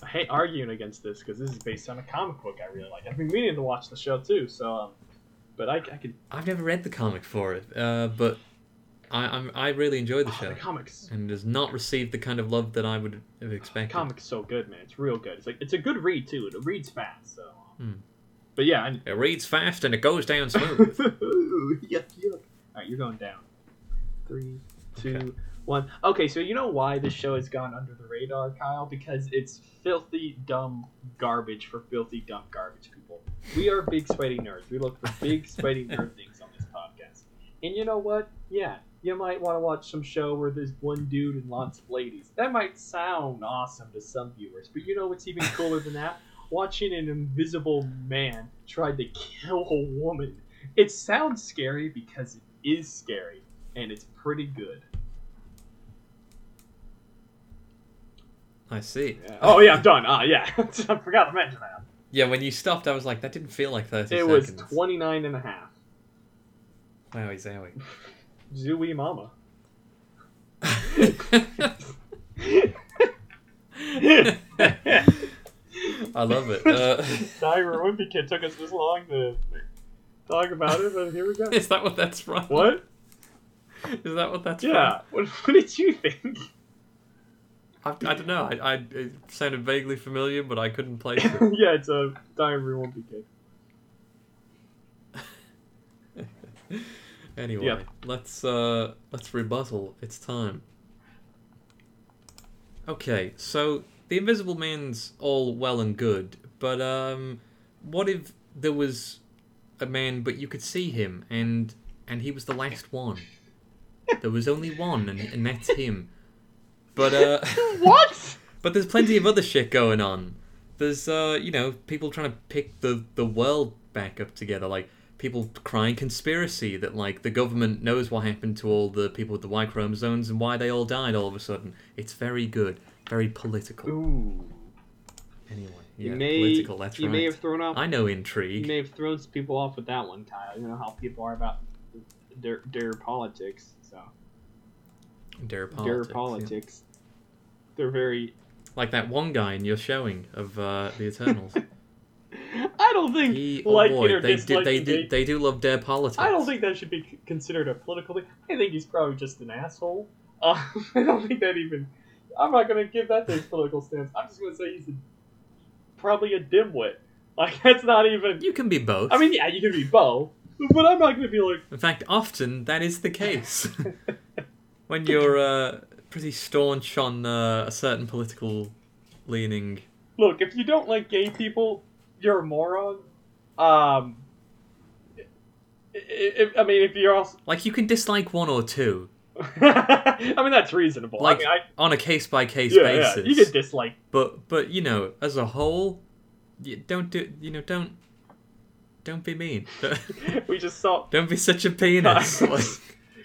A: I hate arguing against this because this is based on a comic book I really like. I've been meaning to watch the show too, so um, but I, I could.
B: i've never read the comic for it uh but i I'm, i really enjoyed the
A: oh,
B: show
A: the comics.
B: and has not received the kind of love that i would have
A: The
B: expected
A: comic's so good, man. It's real good. It's like it's a good read too. It reads fast, so.
B: Hmm.
A: Um, But yeah, I,
B: it reads fast and it goes down smooth
A: Ooh, <laughs> yuck, yuck. All right, you're going down. Three, two, one.
B: Okay.
A: okay. so you know why this show has gone under the radar, Kyle? Because it's filthy, dumb garbage for filthy, dumb garbage people. We are big, sweaty nerds. We look for big, sweaty nerd things on this podcast. And you know what? Yeah, you might want to watch some show where there's one dude and lots of ladies. That might sound awesome to some viewers, but you know what's even cooler than that? Watching an invisible man try to kill a woman. It sounds scary because it is scary, and it's pretty good.
B: i see
A: Oh yeah, I'm done. Ah yeah, <laughs> I forgot to mention that.
B: yeah when you stopped i was like that didn't feel like 30
A: It was
B: seconds
A: 29 and a half.
B: wowie
A: <laughs> Zooey mama.
B: zowie <laughs> i
A: <laughs>
B: love it uh <laughs>
A: Tiger Olympic it took us this long to talk about it, but here we
B: <laughs>
A: go.
B: Is that what that's from?
A: What?
B: Is that what that's
A: Yeah. What, what did you think? <laughs>
B: from? I, I don't know. I, I it sounded vaguely familiar, but I couldn't place it. <laughs>
A: yeah, it's a Diary Won't Be Good.
B: Anyway,
A: Yeah.
B: let's uh let's rebuttal. It's time. Okay, so the Invisible Man's all well and good, but um, what if there was a man, but you could see him, and and he was the last one. there was only one, and, and that's him. But uh.
A: <laughs>
B: <laughs>
A: What?
B: But there's plenty of other shit going on. There's uh, you know, people trying to pick the the world back up together, like people crying conspiracy that like the government knows what happened to all the people with the Y chromosomes and why they all died all of a sudden. It's very good, very political.
A: Ooh.
B: Anyway,
A: You
B: yeah,
A: may-
B: political. That's
A: you
B: right.
A: may have thrown off
B: I know
A: You
B: intrigue.
A: may have thrown some people off with that one, Kyle. You know how people are about their their politics. So their
B: Dare politics. yeah.
A: politics, they're very.
B: Like that one guy in your showing of uh,
A: <laughs>
B: the Eternals.
A: I don't think
B: he, oh
A: liking
B: boy,
A: or
B: they do,
A: disliking
B: they do,
A: Jake-
B: they do love dare politics.
A: I don't think that should be c- considered a political thing. I think he's probably just an asshole. <laughs> Uh, I don't think that even. I'm not gonna give that to his political stance. I'm just gonna say he's a, probably a dimwit. Like <laughs> that's not even.
B: you can be both.
A: I mean, yeah, you can be both, but I'm not gonna be like.
B: In fact, often
A: <laughs>
B: that is the case. when you're uh, pretty staunch on uh, a certain political leaning.
A: look, if you don't like gay people, you're a moron. Um, i i I mean, if you're also <laughs>
B: Like, you can dislike one or two,
A: I mean, that's reasonable.
B: Like,
A: I mean, I,
B: on a case by case
A: yeah, yeah,
B: basis.
A: you could dislike.
B: But but you know, as a whole, you don't do you know don't don't be mean. <laughs> Don't,
A: We just saw
B: don't be such
A: <laughs>
B: a penis. Like,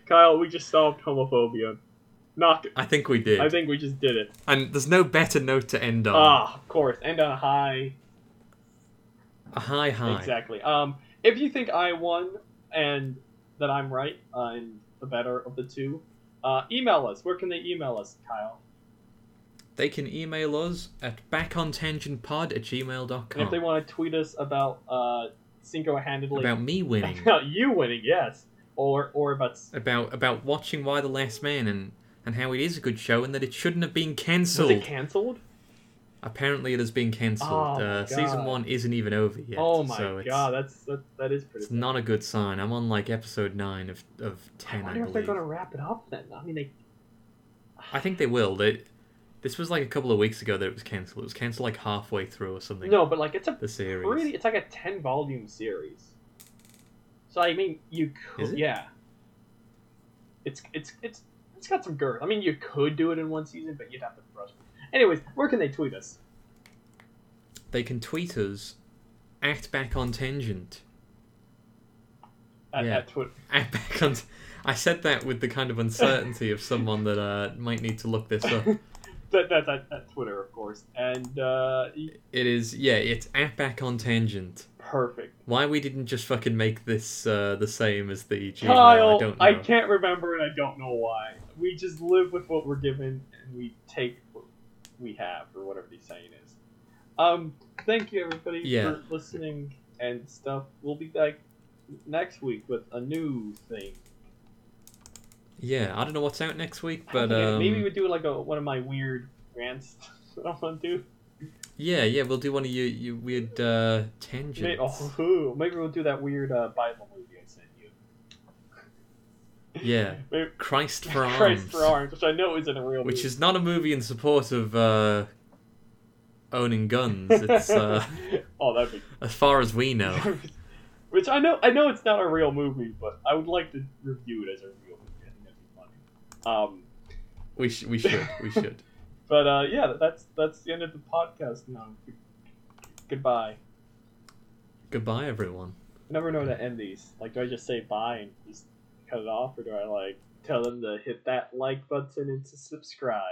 A: Kyle. We just solved homophobia. Knock.
B: <laughs> I think we did.
A: I think we just did it.
B: and there's no better note to end on.
A: Ah, of course. And a high.
B: a high high.
A: Exactly. Um, if you think I won and that I'm right, I'm the better of the two. Uh, email us. Where can they email us, Kyle?
B: They can email us at
A: And
B: backontangentpod at
A: if they
B: gmail.com
A: want to tweet us about uh, single-handedly <laughs>
B: about me winning.
A: about you winning, yes, or or about s-
B: about about watching Why the Last Man and and how it is a good show and that it shouldn't have been
A: was
B: cancelled.
A: it canceled?
B: Apparently, it has been cancelled.
A: Oh my
B: uh,
A: God.
B: season one isn't even over yet.
A: oh my
B: so it's,
A: god, that's that, that is pretty.
B: It's not a good sign. I'm on like episode nine of of
A: I
B: ten, I,
A: wonder if they're
B: believe.
A: gonna wrap it up then. I mean, they
B: I think they will. They, this was like a couple of weeks ago that it was cancelled. It was cancelled like halfway through or something.
A: no, but like it's a
B: the series.
A: pretty. It's like a ten volume series. So I mean, you
B: Is
A: could
B: it?
A: yeah. It's it's it's it's got some girth. I mean, you could do it in one season, but you'd have to brush. Anyways, where can they tweet us?
B: They can tweet us at back on tangent.
A: At,
B: Yeah.
A: at Twitter.
B: At <laughs> back on. I said that with the kind of uncertainty of someone that uh, might need to look this up.
A: That, that's at, at Twitter, of course. And uh,
B: It is yeah. It's at back on tangent.
A: perfect.
B: Why we didn't just fucking make this uh, the same as the Gmail?
A: Kyle,
B: I don't know.
A: I, can't remember and I don't know why. We just live with what we're given and we take what we have, or whatever the saying is. Um, thank you everybody
B: Yeah.
A: for listening and stuff. We'll be back next week with a new thing.
B: Yeah, I don't know what's out next week,
A: I
B: but
A: don't know,
B: um,
A: maybe we do like a one of my weird rants <laughs> that I want to do.
B: Yeah, yeah, we'll do one of your, your weird uh, tangents.
A: Maybe, oh, maybe we'll do that weird uh, Bible movie I sent you.
B: Yeah,
A: <laughs> Maybe,
B: Christ for Arms,
A: Christ for Arms, which I know isn't a real
B: which
A: movie.
B: is not a movie in support of uh, owning guns. It's uh,
A: <laughs>
B: <laughs>
A: oh, that'd be
B: as far as we know.
A: <laughs> Which I know, I know it's not a real movie, but I would like to review it as a real movie. I think that'd be funny. Um,
B: We sh- we should we should.
A: but uh, yeah, that's that's the end of the podcast now. Goodbye.
B: Goodbye, everyone.
A: I never know how to end these. Like, do I just say bye and just cut it off, or do I like tell them to hit that like button and to <laughs> subscribe?